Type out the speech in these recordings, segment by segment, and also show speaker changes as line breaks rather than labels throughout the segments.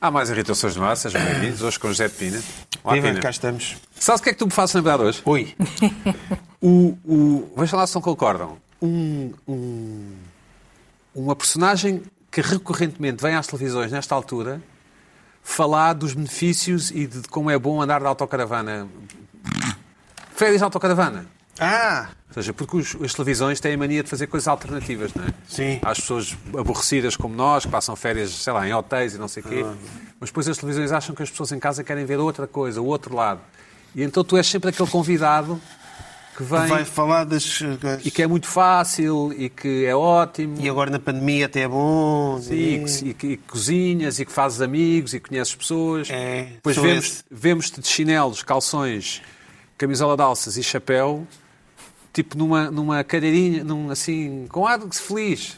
Há mais irritações no ar, sejam bem-vindos. Hoje com o José de Pina. Olá,
Viva,
Pina.
cá estamos.
Sabes o que é que tu me fazes lembrar hoje?
Ui,
O, o, vejam lá se não concordam. Um, um- uma personagem que recorrentemente vem às televisões nesta altura falar dos benefícios e de como é bom andar de autocaravana. Férias de autocaravana.
Ah!
Ou seja, porque os- as televisões têm a mania de fazer coisas alternativas, não é?
Sim.
Há as pessoas aborrecidas como nós, que passam férias, sei lá, em hotéis e não sei o
Ah.
quê. Mas depois as televisões acham que as pessoas em casa querem ver outra coisa, o outro lado. E então tu és sempre aquele convidado que vem
Vai falar das. coisas.
e que é muito fácil e que é ótimo.
E agora na pandemia até é bom.
E que, e que- e que cozinhas e que fazes amigos e que conheces pessoas.
É,
Depois
sou
vemos-
esse.
vemos-te de chinelos, calções, camisola de alças e chapéu, tipo numa, numa cadeirinha, num, assim, com ar de feliz.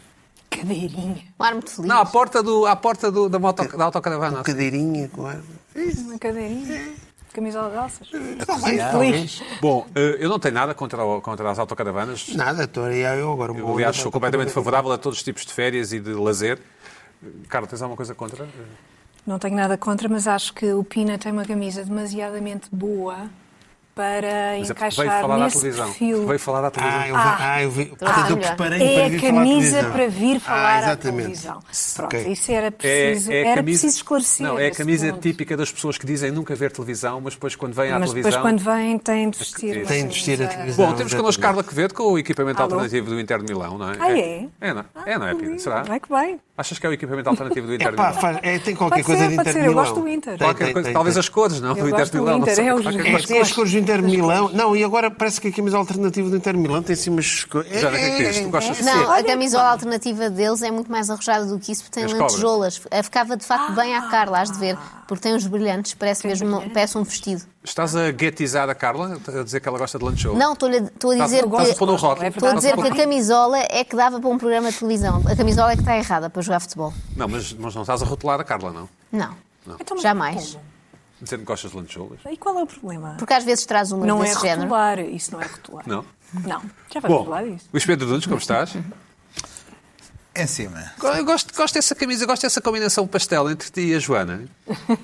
Cadeirinha.
Um ar muito feliz.
Não, à porta, do, à porta do- da, moto, da autocaravana.
Cadeirinha, claro.
Uma cadeirinha. Camisola de alças.
É
Talvez.
Bom, eh, eu não tenho nada contra, o- contra as autocaravanas.
Nada, estou aí eu agora.
Eu, aliás, sou completamente favorável a todos os tipos de férias e de lazer. Carlos, tens alguma coisa contra?
Não tenho nada contra, mas acho que o Pina tem uma camisa demasiadamente boa para
Mas é veio
encaixar
falar à
nesse
televisão.
perfil.
Veio falar à televisão.
Ah, eu, vi-
Ah.
ah, eu vi. Portanto, eu
melhor.
preparei
É
para
a
vir falar de
camisa
televisão.
para vir
ah,
falar à
exatamente.
televisão. Pronto,
Ok.
isso era preciso, era preciso esclarecer.
É, Não, é a
esse
camisa
ponto.
típica das pessoas que dizem nunca ver televisão, mas depois quando vêm à
Mas
televisão.
depois quando vêm tem de vestir. uma
Tem de vestir a
camisa.
televisão.
Bom, temos connosco Carla Quevedo com o equipamento
Alô?
alternativo do Inter de Milão, não é?
Ah, é?
É, não é, não é Pina? Será?
Vai que bem.
Achas que é o equipamento alternativo do Inter de
Pá,
Milão?
faz, é, tem qualquer
Pode
coisa
ser,
de
pode
Inter
ser, eu
Milão.
gosto do Inter.
Tem,
Qualquer
tem,
coisa-
tem,
talvez
tem.
as cores, não?
Eu
do Inter
gosto
de
do
Milão. não
Inter,
sei
é
qual
os-
que
É, tem as cores do Inter Milão. Não, e agora parece que a camisola alternativa do Inter Milão tem assim umas cores.
Já vem que é isto, tu gostas de
Não,
ser.
a camisola alternativa deles é muito mais arrojada do que isso, porque tem
As cobras.
lantejoulas. Eh, Ficava de facto bem à Carla, has de ver, porque tem uns brilhantes, parece mesmo parece um vestido.
Estás a guetizar a Carla, a dizer que ela gosta de lunch show?
Não, estou-lhe- estou a
Estás-
dizer
estás Tá, a pôr no
que.
rótulo.
É
Estou a
verdade.
dizer que a camisola é que dava para um programa de televisão. A camisola é que está errada para jogar futebol.
Não, mas, mas não estás a rotular a Carla, não?
Não.
Então, mas
Jamais.
como?
Dizendo que gostas de lunch show?
E qual é o problema?
Porque às vezes traz uma
Não é
desse género.
rotular, isso não é rotular.
Não?
Não, já vamos
Bom,
falar disso.
Luís Pedro Nunes, como estás?
Em
é
cima.
Eu gosto, gosto dessa camisa, gosto dessa combinação pastel entre ti e a Joana.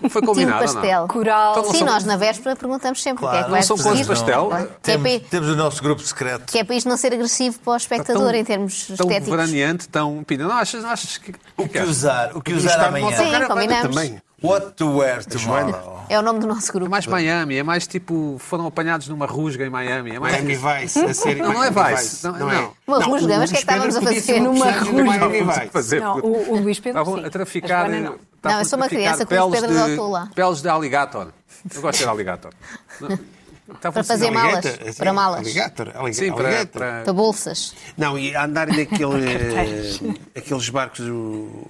Foi
um
combinado
Tio
ou
pastel.
não?
Coral.
Então não
Sim,
são-
nós na véspera perguntamos sempre o que é que
Não
vai
são
vestir.
cores pastel?
Que é,
Temos,
para,
temos o nosso grupo secreto.
que é para isto não ser agressivo para o espectador em termos
tão
estéticos.
veraneante, tão pina. Não achas, não achas que... é?
O que usar? O que usar
está de
amanhã?
volta.
Sim,
Agora vai
combinamos.
também.
What to wear tomorrow?
É o nome do nosso
É
grupo.
mais Miami, é mais tipo... Foram apanhados numa rusga em Miami. É mais...
Miami Vice, a série
Não, não é
Miami
Vice, não, não.
Uma rusga,
o
mas o que é que
Pedro
estávamos a
podia
fazer?
ser um
Numa
personagem do
rusga.
Miami Vice.
Fazer,
Não,
porque
o, o Luís Pedro
Estavam
sim.
a traficar...
A Joana não.
estavam
Não, eu sou
a
uma
traficar
criança com os
peles
pedras
de-
ao tola.
Peles de alligator. Eu gosto de ser alligator. Não, estavam
Para fazer
assim,
mal. Malas,
Alligator, assim,
para malas.
Alligator, alligator.
Sim, para...
alligator.
para-
Para bolsas.
Não, e andar naquele, eh, aqueles barcos o,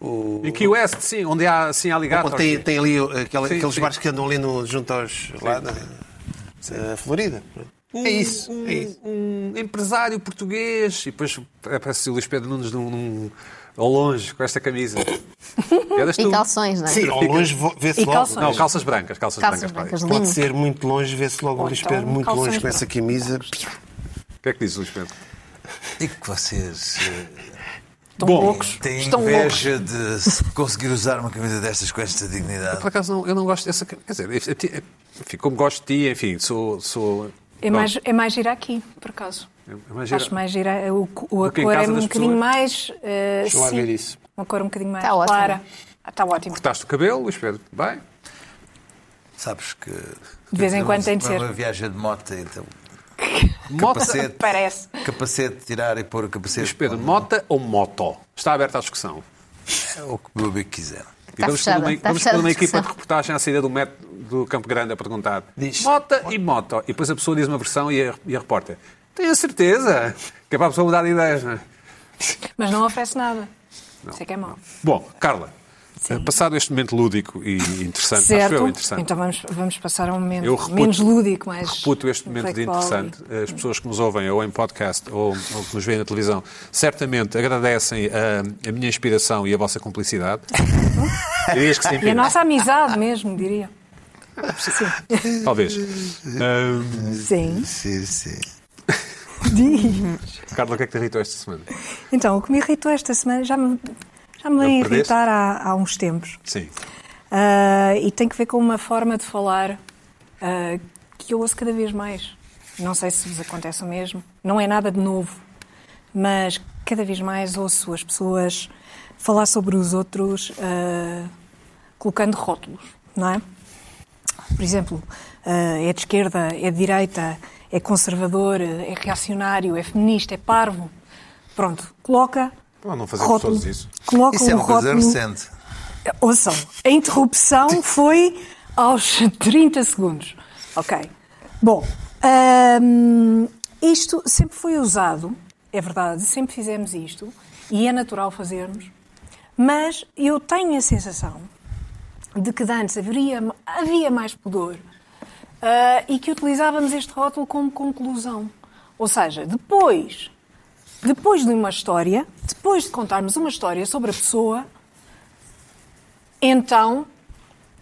o,
E que West, sim, onde há assim alligator.
onde tem, tem ali aquele-
Sim,
aqueles
sim.
barcos que andam ali no, junto aos lá na, na Florida. é isso,
um,
é isso.
um empresário português. E depois aparece o Luís Pedro Nunes num, num- ao longe com esta camisa. Eras
E
tu?
calções, não é?
Sim, ao longe vo- vê-se
E
logo.
calções.
Não, calças brancas, calças,
Calças
brancas.
brancas,
pá.
Pode
lindo.
ser muito longe, vê-se logo o
Ou
Luís
então,
Pedro muito
calções
longe com essa camisa.
O que é que diz o Luís Pedro?
Digo que vocês
Estão
Bom,
eh,
loucos.
têm
Estão loucos.
inveja de se conseguir usar uma camisa destas com esta dignidade.
Por acaso não, eu não gosto dessa camisa. Quer dizer, eu ti- enfim, como gosto de ti, enfim, sou. sou
É mais, é mais gira aqui, por acaso.
É mais gira-
Acho mais gira. O, o, a
Do que em
cor é
casa
um
das
bocadinho
pessoas?
mais. eh,
Deixa lá
sim,
ver isso.
Uma cor um bocadinho mais
Está Tá ótimo.
clara. Ah, Está ótimo.
Cortaste o cabelo, Luís Pedro? Bem?
Sabes que.
De vez em quando tem de
Para
ser.
Uma viagem de moto, então.
Mota-
Capacete.
Parece.
Capacete, tirar e pôr o capacete.
Luís Pedro,
onde-
mota ou moto? Está aberta à discussão.
é O que o bebê quiser.
E
Está
vamos
fechada,
pôr uma,
está
vamos
fechada
pôr uma
a
equipa
discussão.
de reportagem à saída do, met, do Campo Grande a perguntar
Diz.
mota e moto. E depois a pessoa diz uma versão e a, e a repórter tenho a certeza que é para a pessoa mudar de ideias, não é?
Mas não oferece nada. Sei que é mau.
Bom, Carla, eh, passado este momento lúdico e interessante, acho eu interessante.
Então vamos, vamos passar a um momento
Eu reputo-
menos lúdico, mais.
Reputo este momento de
intelectual e-
interessante. As pessoas que nos ouvem, ou em podcast, ou, ou que nos veem na televisão, certamente agradecem ah, a, minha inspiração e a vossa cumplicidade. Dirias que sim,
E a
Pina?
nossa amizade mesmo, diria.
Talvez. Ah,
Sim.
Sim, sim.
Carla, o que é que te irritou esta semana?
Então, o que me irritou esta semana, já me, Já me vem
Não perdeste?
irritar há, há uns tempos.
Sim.
Ah, e tem que ver com uma forma de falar ah, que eu ouço cada vez mais. Não sei se vos acontece o mesmo. Não é nada de novo. Mas cada vez mais ouço as pessoas falar sobre os outros ah, colocando rótulos, não é? Por exemplo, eh, é de esquerda, é de direita, é conservador, eh, é reacionário, é feminista, é parvo. Pronto, coloca.
Não, não fazemos
rótulo,
todos isso.
Coloca
Isso é
um
uma coisa
rótulo.
recente.
Ouçam, a interrupção foi aos 30 segundos. Ok. Bom, hum, isto sempre foi usado, é verdade, sempre fizemos isto e é natural fazermos, mas eu tenho a sensação de que de antes haveria, havia mais pudor ah, e que utilizávamos este rótulo como conclusão. Ou seja, depois depois de uma história, depois de contarmos uma história sobre a pessoa, então,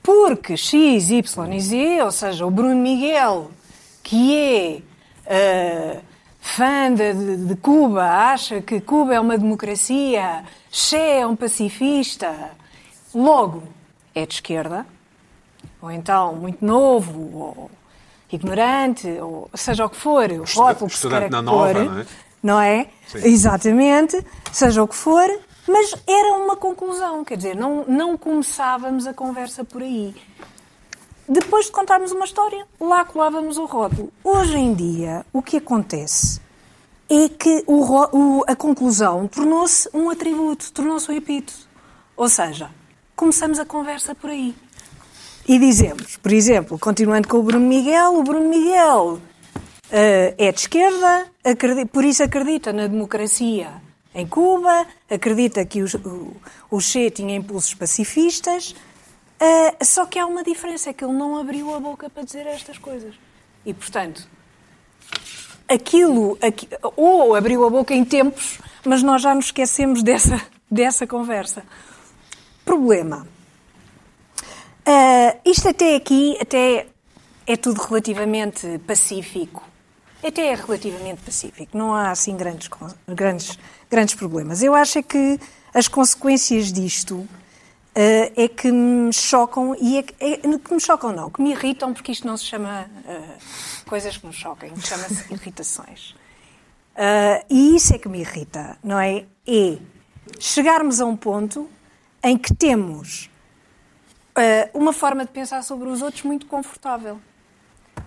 porque X, Y e Z, ou seja, o Bruno Miguel, que é ah, fã de, de- de Cuba, acha que Cuba é uma democracia, Che é um pacifista, logo é de esquerda, ou então muito novo, ou ignorante, ou seja o que for, o
estuda-
rótulo que se
estudante
quer
na
pôr,
nova, não é?
não é?
Sim.
Exatamente, seja o que for, mas era uma conclusão, quer dizer, não, não começávamos a conversa por aí. Depois de contarmos uma história, lá colávamos o rótulo. Hoje em dia, o que acontece é que o ro- o- a conclusão tornou-se um atributo, tornou-se um epíteto. Ou seja, começamos a conversa por aí. E dizemos, por exemplo, continuando com o Bruno Miguel, o Bruno Miguel eh, é de esquerda, acredi- por isso acredita na democracia em Cuba, acredita que os- o, o Che tinha impulsos pacifistas, eh, só que há uma diferença, é que ele não abriu a boca para dizer estas coisas. E, portanto, aquilo, aqui- ou abriu a boca em tempos, mas nós já nos esquecemos dessa, dessa conversa. Problema. Ah, isto até aqui até é tudo relativamente pacífico. Até é relativamente pacífico. Não há assim grandes, con- grandes, grandes problemas. Eu acho é que as consequências disto ah, é que me chocam e é que, é- que me chocam não, que me irritam porque isto não se chama ah, coisas que me choquem, chama-se irritações. Ah, e isso é que me irrita, não é? É chegarmos a um ponto em que temos eh, uma forma de pensar sobre os outros muito confortável.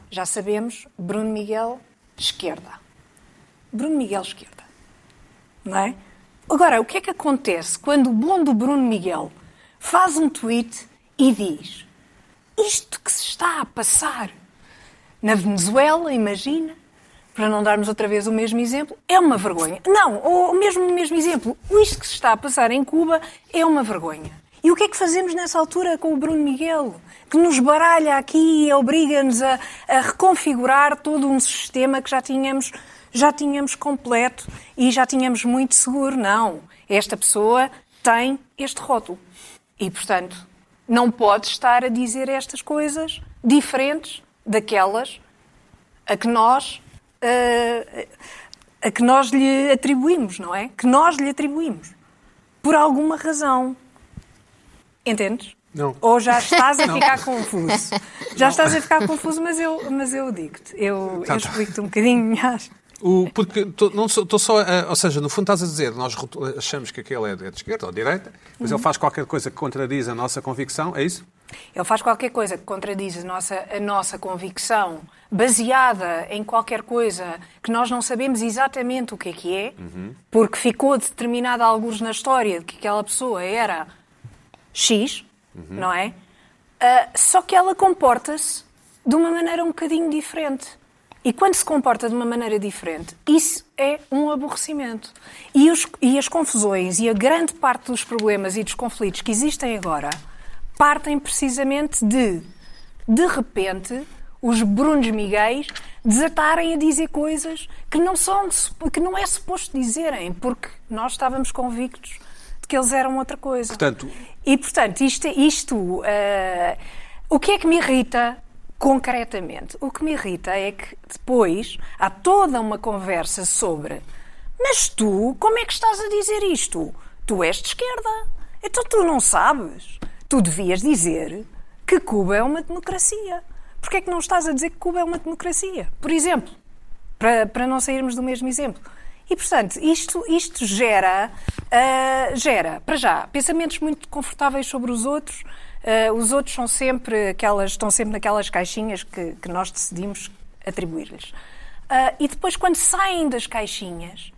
Já sabemos, Bruno Miguel, esquerda. Bruno Miguel, esquerda. Não é? Agora, o que é que acontece quando o bom do Bruno Miguel faz um tweet e diz isto que se está a passar na Venezuela, imagina, para não darmos outra vez o mesmo exemplo, é uma vergonha. Não, ou mesmo o mesmo exemplo, isto que se está a passar em Cuba é uma vergonha. E o que é que fazemos nessa altura com o Bruno Miguel, que nos baralha aqui e obriga-nos a, a reconfigurar todo um sistema que já tínhamos, já tínhamos completo e já tínhamos muito seguro? Não, esta pessoa tem este rótulo. E, portanto, não pode estar a dizer estas coisas diferentes daquelas a que nós eh, a que nós lhe atribuímos, não é? Que nós lhe atribuímos por alguma razão. Entendes?
Não.
Ou já estás a ficar confuso. Já estás a ficar confuso, mas eu, mas eu digo-te. Eu,
Tá,
eu
tá.
explico-te um bocadinho. acho.
O, porque tô- não sou- tô só, a- ou seja, no fundo estás a dizer, nós rotu- achamos que aquele é de é de esquerda ou de direita, mas
Uhum.
ele faz qualquer coisa que contradiz a nossa convicção, é isso?
Ele faz qualquer coisa que contradiz a nossa, a nossa convicção, baseada em qualquer coisa que nós não sabemos exatamente o que é que é, porque ficou determinada alguns na história de que aquela pessoa era X, não é? Ah, só que ela comporta-se de uma maneira um bocadinho diferente. E quando se comporta de uma maneira diferente, isso é um aborrecimento. E, os- e as confusões e a grande parte dos problemas e dos conflitos que existem agora partem precisamente de, de repente, os Brunos Miguéis desatarem a dizer coisas que não, são, sup- que não é suposto dizerem, porque nós estávamos convictos de que eles eram outra coisa.
Portanto,
E, portanto, isto, isto eh, o que é que me irrita concretamente? O que me irrita é que depois há toda uma conversa sobre mas tu, como é que estás a dizer isto? Tu és de esquerda. Então tu não sabes. Tu devias dizer que Cuba é uma democracia. Porquê é que não estás a dizer que Cuba é uma democracia? Por exemplo, para, para não sairmos do mesmo exemplo. E, portanto, isto, isto gera, ah, gera, para já, pensamentos muito confortáveis sobre os outros. Ah, os outros são sempre aquelas, estão sempre naquelas caixinhas que, que nós decidimos atribuir-lhes. Ah, e depois, quando saem das caixinhas,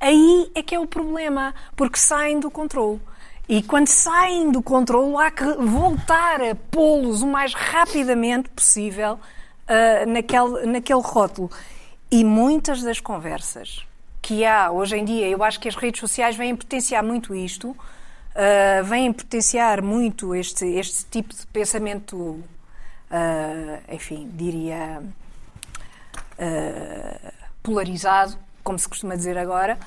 aí é que é o problema, porque saem do controle. E quando saem do controle, há que voltar a pô-los o mais rapidamente possível ah, naquele, naquele rótulo. E muitas das conversas que há hoje em dia, eu acho que as redes sociais vêm potenciar muito isto, ah, vêm potenciar muito este, este tipo de pensamento, ah, enfim, diria polarizado, como se costuma dizer agora,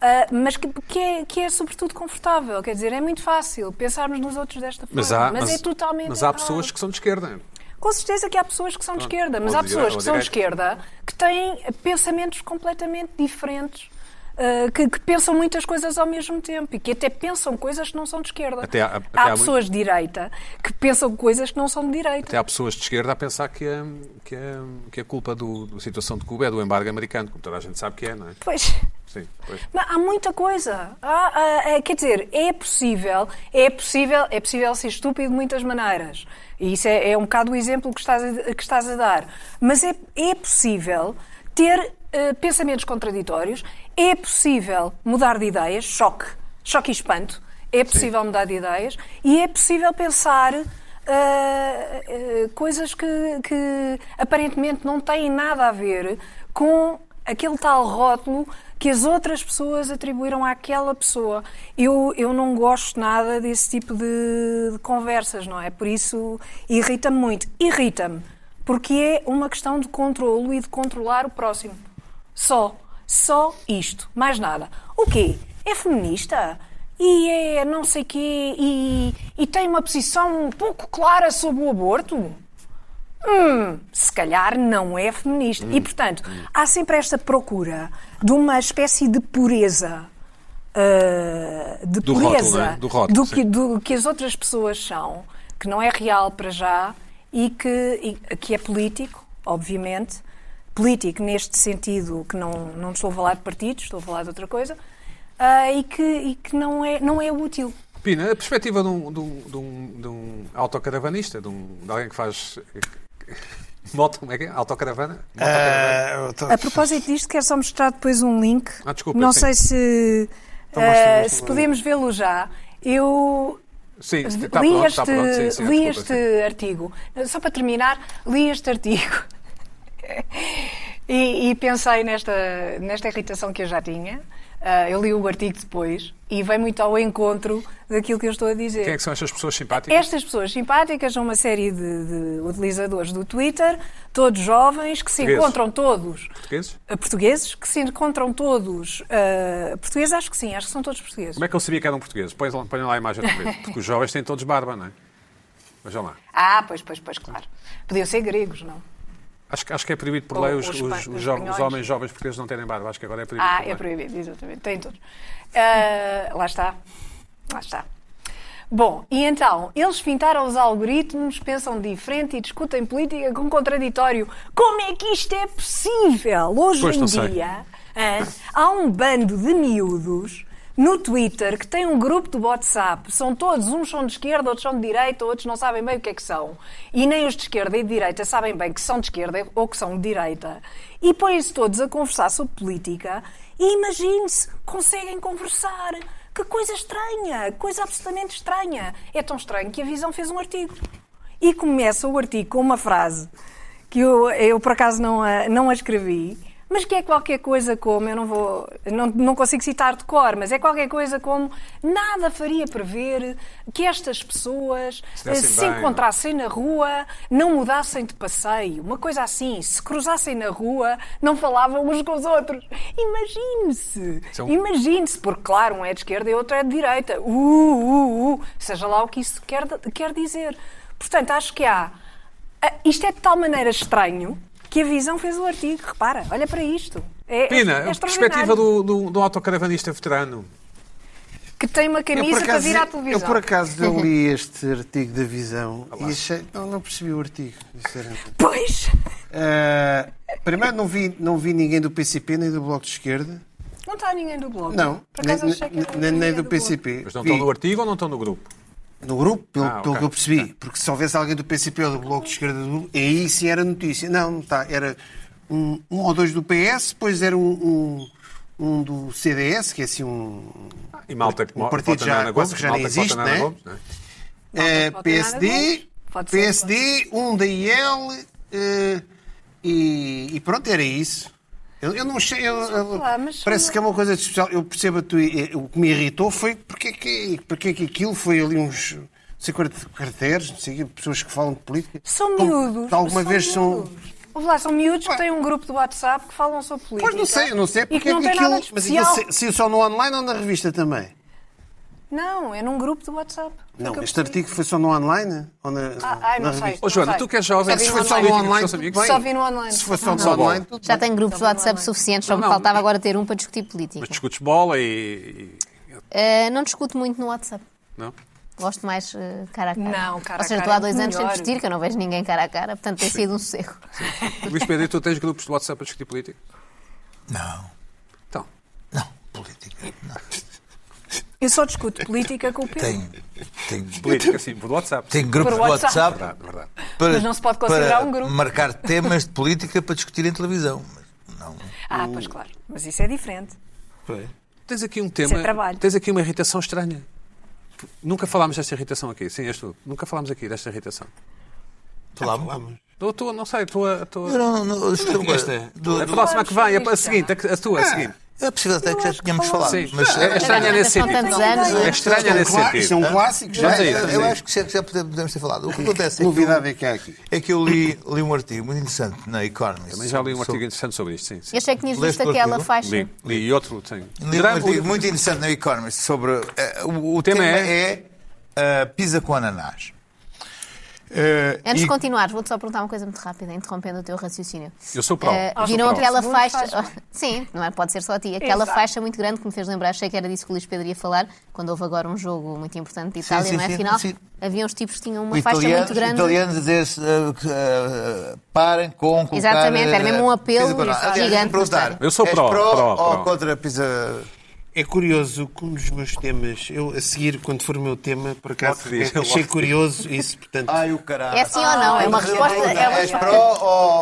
ah, mas que, que é, que é sobretudo confortável. Quer dizer, é muito fácil pensarmos nos outros desta forma,
Mas
mas,
há,
é totalmente
mas há
errado.
pessoas que são de esquerda.
Com certeza que há pessoas que são de esquerda, mas
ou
há
de
pessoas
dire-
que
ou
são de
direita.
esquerda que têm pensamentos completamente diferentes, ah, que, que pensam muitas coisas ao mesmo tempo e que até pensam coisas que não são de esquerda.
Até há- até há
há
muito-
pessoas de direita que pensam coisas que não são de direita.
Até há pessoas de esquerda a pensar que a, que a, que a culpa do- da situação de Cuba é do embargo americano, como toda a gente sabe que é, não é?
Pois.
Sim, pois.
Mas há muita coisa. Há- há- há- quer dizer, é possível, é possível, é possível ser estúpido de muitas maneiras. E isso é, é um bocado o exemplo que estás a, que estás a dar. Mas é, é possível ter eh, pensamentos contraditórios, é possível mudar de ideias, choque, choque e espanto, é possível mudar de ideias e é possível pensar. ah, ah, coisas que, que aparentemente não têm nada a ver com aquele tal rótulo que as outras pessoas atribuíram àquela pessoa. Eu, eu não gosto nada desse tipo de, de conversas, não é? Por isso irrita-me muito. Irrita-me, porque é uma questão de controlo e de controlar o próximo. Só. Só isto. Mais nada. O quê? É feminista? E é não sei quê? E, e tem uma posição um pouco clara sobre o aborto? Hum, se calhar não é feminista. E, portanto, há sempre esta procura de uma espécie de pureza. ah, de
Do rótulo,
pureza
não é? Do rótulo,
que, do que as outras pessoas são, que não é real para já e que, e- que é político, obviamente. Político neste sentido que não, não estou a falar de partidos, estou a falar de outra coisa, ah, e que, e que não, é, não é útil.
Pina, a perspectiva de um, de um, de um, de um autocaravanista, de, um, de alguém que faz. Moto, como é que é? Autocaravana? Motocaravana.
Ah, eu tô-
A propósito disto, quero só mostrar depois um link.
Ah, desculpa,
Não
sim.
sei se,
Então mostra,
eh,
mostra
se
um
lá.
podemos vê-lo já. Eu
sim,
li
está pronto,
este,
está pronto. Sim, sim,
li
desculpa,
este
sim.
artigo. Só para terminar, li este artigo. E, e pensei nesta, nesta irritação que eu já tinha. Ah, eu li o artigo depois e vem muito ao encontro daquilo que eu estou a dizer.
Quem é que são estas pessoas simpáticas?
Estas pessoas simpáticas são uma série de, de utilizadores do Twitter, todos jovens, que se
Portugueses.
encontram todos
Portugueses?
eh, portugueses, que se encontram todos eh, portugueses, acho que sim, acho que são todos portugueses.
Como é que eu sabia que eram portugueses? Põe lá, ponham lá a imagem outra vez. Porque os jovens têm todos barba, não é? Vejam lá.
Ah, pois, pois, pois, claro. Podiam ser gregos, não?
Acho, que- acho que é proibido por
Ou
lei os, os,
os espan-
os
os
jo- os
espanhóis.
homens jovens portugueses não terem barba. Acho que agora é proibido.
Ah,
por lei.
é proibido, exatamente. Tem todos. Ah, lá está. Lá está. Bom, e então, eles pintaram os algoritmos, pensam diferente e discutem política com contraditório. Como é que isto é possível? Hoje
Pois,
em
não sei.
dia, hã, há um bando de miúdos no Twitter que tem um grupo de WhatsApp. São todos, uns são de esquerda, outros são de direita, outros não sabem bem o que é que são. E nem os de esquerda e de direita sabem bem que são de esquerda ou que são de direita. E põem-se todos a conversar sobre política e imagine-se, conseguem conversar. Que coisa estranha, que coisa absolutamente estranha. É tão estranho que a Visão fez um artigo. E começa o artigo com uma frase que eu, eu por acaso não a, não a escrevi, mas que é qualquer coisa como, eu não vou, não, não consigo citar de cor, mas é qualquer coisa como nada faria prever que estas pessoas
Se
eh,
dessem
se
bem, não é?
encontrassem na rua, não mudassem de passeio, uma coisa assim, se cruzassem na rua, não falavam uns com os outros. Imagine-se!
é
São-
um
Imagine-se, porque claro, um é de esquerda e outro é de direita. Uh, uh, uh, seja lá o que isso quer, quer dizer. Portanto, acho que há. ah, Isto é de tal maneira estranho que a visão fez o artigo. Repara, olha para isto. É, é-
Pina,
é
a perspectiva
extraordinário.
do, do, do autocaravanista veterano.
que tem uma
Eu, por
camisa para
acaso,
vir à
Eu,
televisão. Uhum.
por acaso, eu li este artigo da Visão
Ah,
e achei... Não, não percebi o artigo, sinceramente.
Pois,
Ah, primeiro, não vi, não vi ninguém do PCP nem do Bloco de Esquerda.
não está ninguém do Bloco.
Não,
Por
nem,
acaso achei que
nem-
era
nem- nem
ninguém
do
Bloco.
PCP.
Mas não
Vi
estão no artigo ou não estão no grupo?
no grupo, pelo,
Ah,
pelo
ok.
que eu percebi. Porque se houvesse alguém do PCP ou do Bloco de Esquerda, do grupo, aí sim era notícia. Não, não está. Era um, um ou dois do PS, depois era um, um, um do CDS, que é assim um...
E malta que
O
mo-
partido
vota
já
na
há
Ana
pouco,
Gomes,
já
malta
nem
que vota
existe,
na Ana
né?
Gomes, não é?
Eh,
pode ter nada
PSD,
disso. Pode ser,
PSD, um da IL eh, e, e pronto, era isso. Eu, eu não sei, eu- eu-
lá, mas-
parece que é uma coisa de especial. Eu percebo a tua, eh, o que me irritou foi porque é que, porque é que aquilo foi ali uns não sei quantos carteiros, não sei, quê, pessoas que falam de política.
São
Como-
miúdos.
De alguma
são
vez são.
miúdos. Ouve lá, são miúdos que
Ué.
têm um grupo do WhatsApp que falam sobre política.
Pois não sei, eu não sei
E
porque
que não
é que
tem nada
aquilo.
de
Mas aquilo
especial.
sa- saiu só no online ou na revista também?
Não, é num grupo do WhatsApp. Foi
Não,
que eu
este
percebi.
artigo foi só no online? Ou na,
Ah, ai,
na
não sei.
revista?
Ô, Joana, tu que és jovem,
Só vi
Se
se
no
foi
fosse
só no
política com os
online,
teus
tudo
amigos,
bem.
Só vi no online.
Se foi
Ah.
só no
Só bola.
online, tudo
Já
bem.
tenho
então,
grupos de WhatsApp suficientes, só me
Não, não.
faltava agora ter um para discutir política.
mas discutes bola e... e-
Eh, não discuto muito no WhatsApp.
Não?
Gosto mais eh, cara a cara.
Não, cara a
Ou
cara
seja, estou há
é
dois
muito
anos sem
melhor.
discutir, que eu não vejo ninguém cara a cara, portanto tem sido um sossego.
Luís Pedro, e tu tens grupos de WhatsApp a discutir política?
Não,
Então,
não, política. Não.
Eu só discuto política com o Pedro.
Tenho, tenho,
política, sim, por WhatsApp.
tenho grupos
Por
de
WhatsApp.
WhatsApp
Verdade, verdade.
para,
Mas não se pode considerar
para
um grupo.
marcar temas de política para discutir em televisão. Mas não.
Ah,
Hum.
pois claro. Mas isso é diferente.
Tens aqui um tema.
é trabalho.
Tens aqui uma irritação estranha. Nunca falámos desta irritação aqui. Sim, és tu. Nunca falámos aqui desta irritação.
Falámos.
Eu estou, não sei, estou a. estou
Eu
a-
não, não, estou, do,
A
do,
próxima que vem, a, a seguinte, a, a tua,
Ah,
a seguinte.
é possível até que já tínhamos falado.
Sim,
Mas
é, é estranha nesse
São
sentido.
tantos anos,
É estranha nesse
Claro, Isto é
sentido.
um clássico, já
Vamos a
Eu-
isso,
eu,
vamos
eu
a
acho que já- já podemos podemos ter falado. O que acontece
Que
é que, eu,
novidade é que há aqui?
é que eu li, li um artigo muito interessante na Economist.
Também já li um artigo
sobre-
interessante sobre isto, sim. sim.
Eu eh, achei que tinhas
Leste
visto aquela
aquilo?
faixa.
Li, li e outro, sim.
Li um artigo muito interessante na Economist sobre. eh, o, o
tema
tema,
é?
é, eh, pizza com ananás. Eh,
Antes
e-
de continuares, vou-te só perguntar uma coisa muito rápida, interrompendo o teu raciocínio.
Eu sou pró.
Eh,
Eu sou
viram
pró.
aquela
Segundo
faixa.
faz
Sim, não é? Pode ser só a ti. Aquela
Exato.
faixa muito grande que me fez lembrar, achei que era disso que o Luís Pedro ia falar, quando houve agora um jogo muito importante de
Sim,
Itália,
sim,
não é?
sim,
Afinal,
sim.
havia uns tipos que tinham uma faixa
italianos,
muito grande.
italianos a dizer-se eh, que, eh, parem com colocar,
Exatamente, era
eh,
mesmo um apelo
pizza com ananás. Aliás,
gigante
me perguntaram,
Eu sou
és
pró,
pró
pró,
ou
pró.
contra a pizza
É curioso que um dos meus temas, eu a seguir, quando for o meu tema, por
Logo
acaso, é,
se diz,
achei
logo se
curioso isso, portanto.
Ai, o caralho.
É sim ou não? É uma resposta. É uma
És
resposta.
pró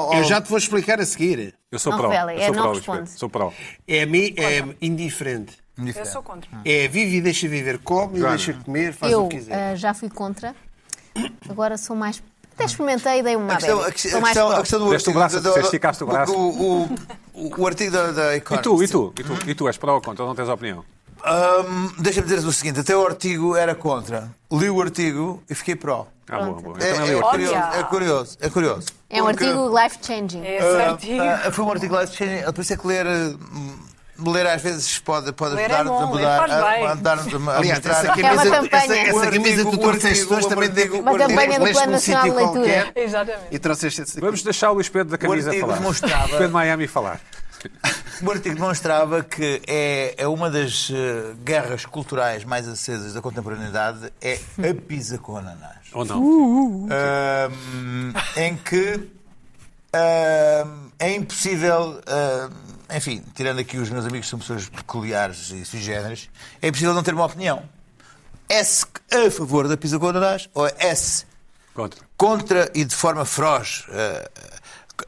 ou...
Eu
ou-
já te vou explicar a seguir.
Eu sou
Não,
pró.
Rafael, é,
Eu sou
não
pró, Luís
responde.
Pedro. Sou pró.
É a mim, é indiferente.
Eu
Indiferente.
sou contra.
É vive e deixa viver, come e
Joana.
deixa comer, faz
Eu
o que quiser.
ah, já fui contra, agora sou mais. Até experimentei e dei uma
A questão,
abelha.
a questão-
Sou
a
mais
questão- a
pró.
questão do
Deste o
artigo...
braço,
do- do-
disseste, ficaste o braço.
o- o- O artigo da, da
E
Economist...
tu, e tu? E tu, e tu és pró ou contra? Não tens opinião?
Hum, Deixa-me dizer o seguinte, até o artigo era contra. Li o artigo e fiquei pró.
Ah, boa, boa.
É,
Então é
é
livre.
curioso,
Olha.
é curioso, é curioso.
É um
Porque,
artigo life-changing.
É esse
ah,
artigo.
ah, foi um artigo lá, por isso é que ler, hum, ler às vezes pode, pode
Ler é
ajudar-nos
bom,
a
ler
mudar,
faz bem.
a, ajudar-nos a, a
Aliás,
mostrar.
essa
Que é uma
camisa, essa,
campanha.
essa camisa que tu
O artigo-
trouxeste hoje
o
também
artigo-
deu
Uma campanha do
um leste
Plano
num
Nacional
sítio
de Leitura.
qualquer
Exatamente.
E trouxeste essa
Vamos deixar o Luís Pedro da camisa
artigo
falar.
demonstrava-
Luís Pedro de Miami falar.
O artigo demonstrava que é, é uma das eh, guerras culturais mais acesas da contemporaneidade é a pizza com ananás.
Ou não?
Ahm, em que ahm, é impossível, ahm, enfim, tirando aqui os meus amigos que são pessoas peculiares e sui generis, é impossível não ter uma opinião. S a favor da pizza com ananás ou S
Contra.
contra e de forma feroz eh,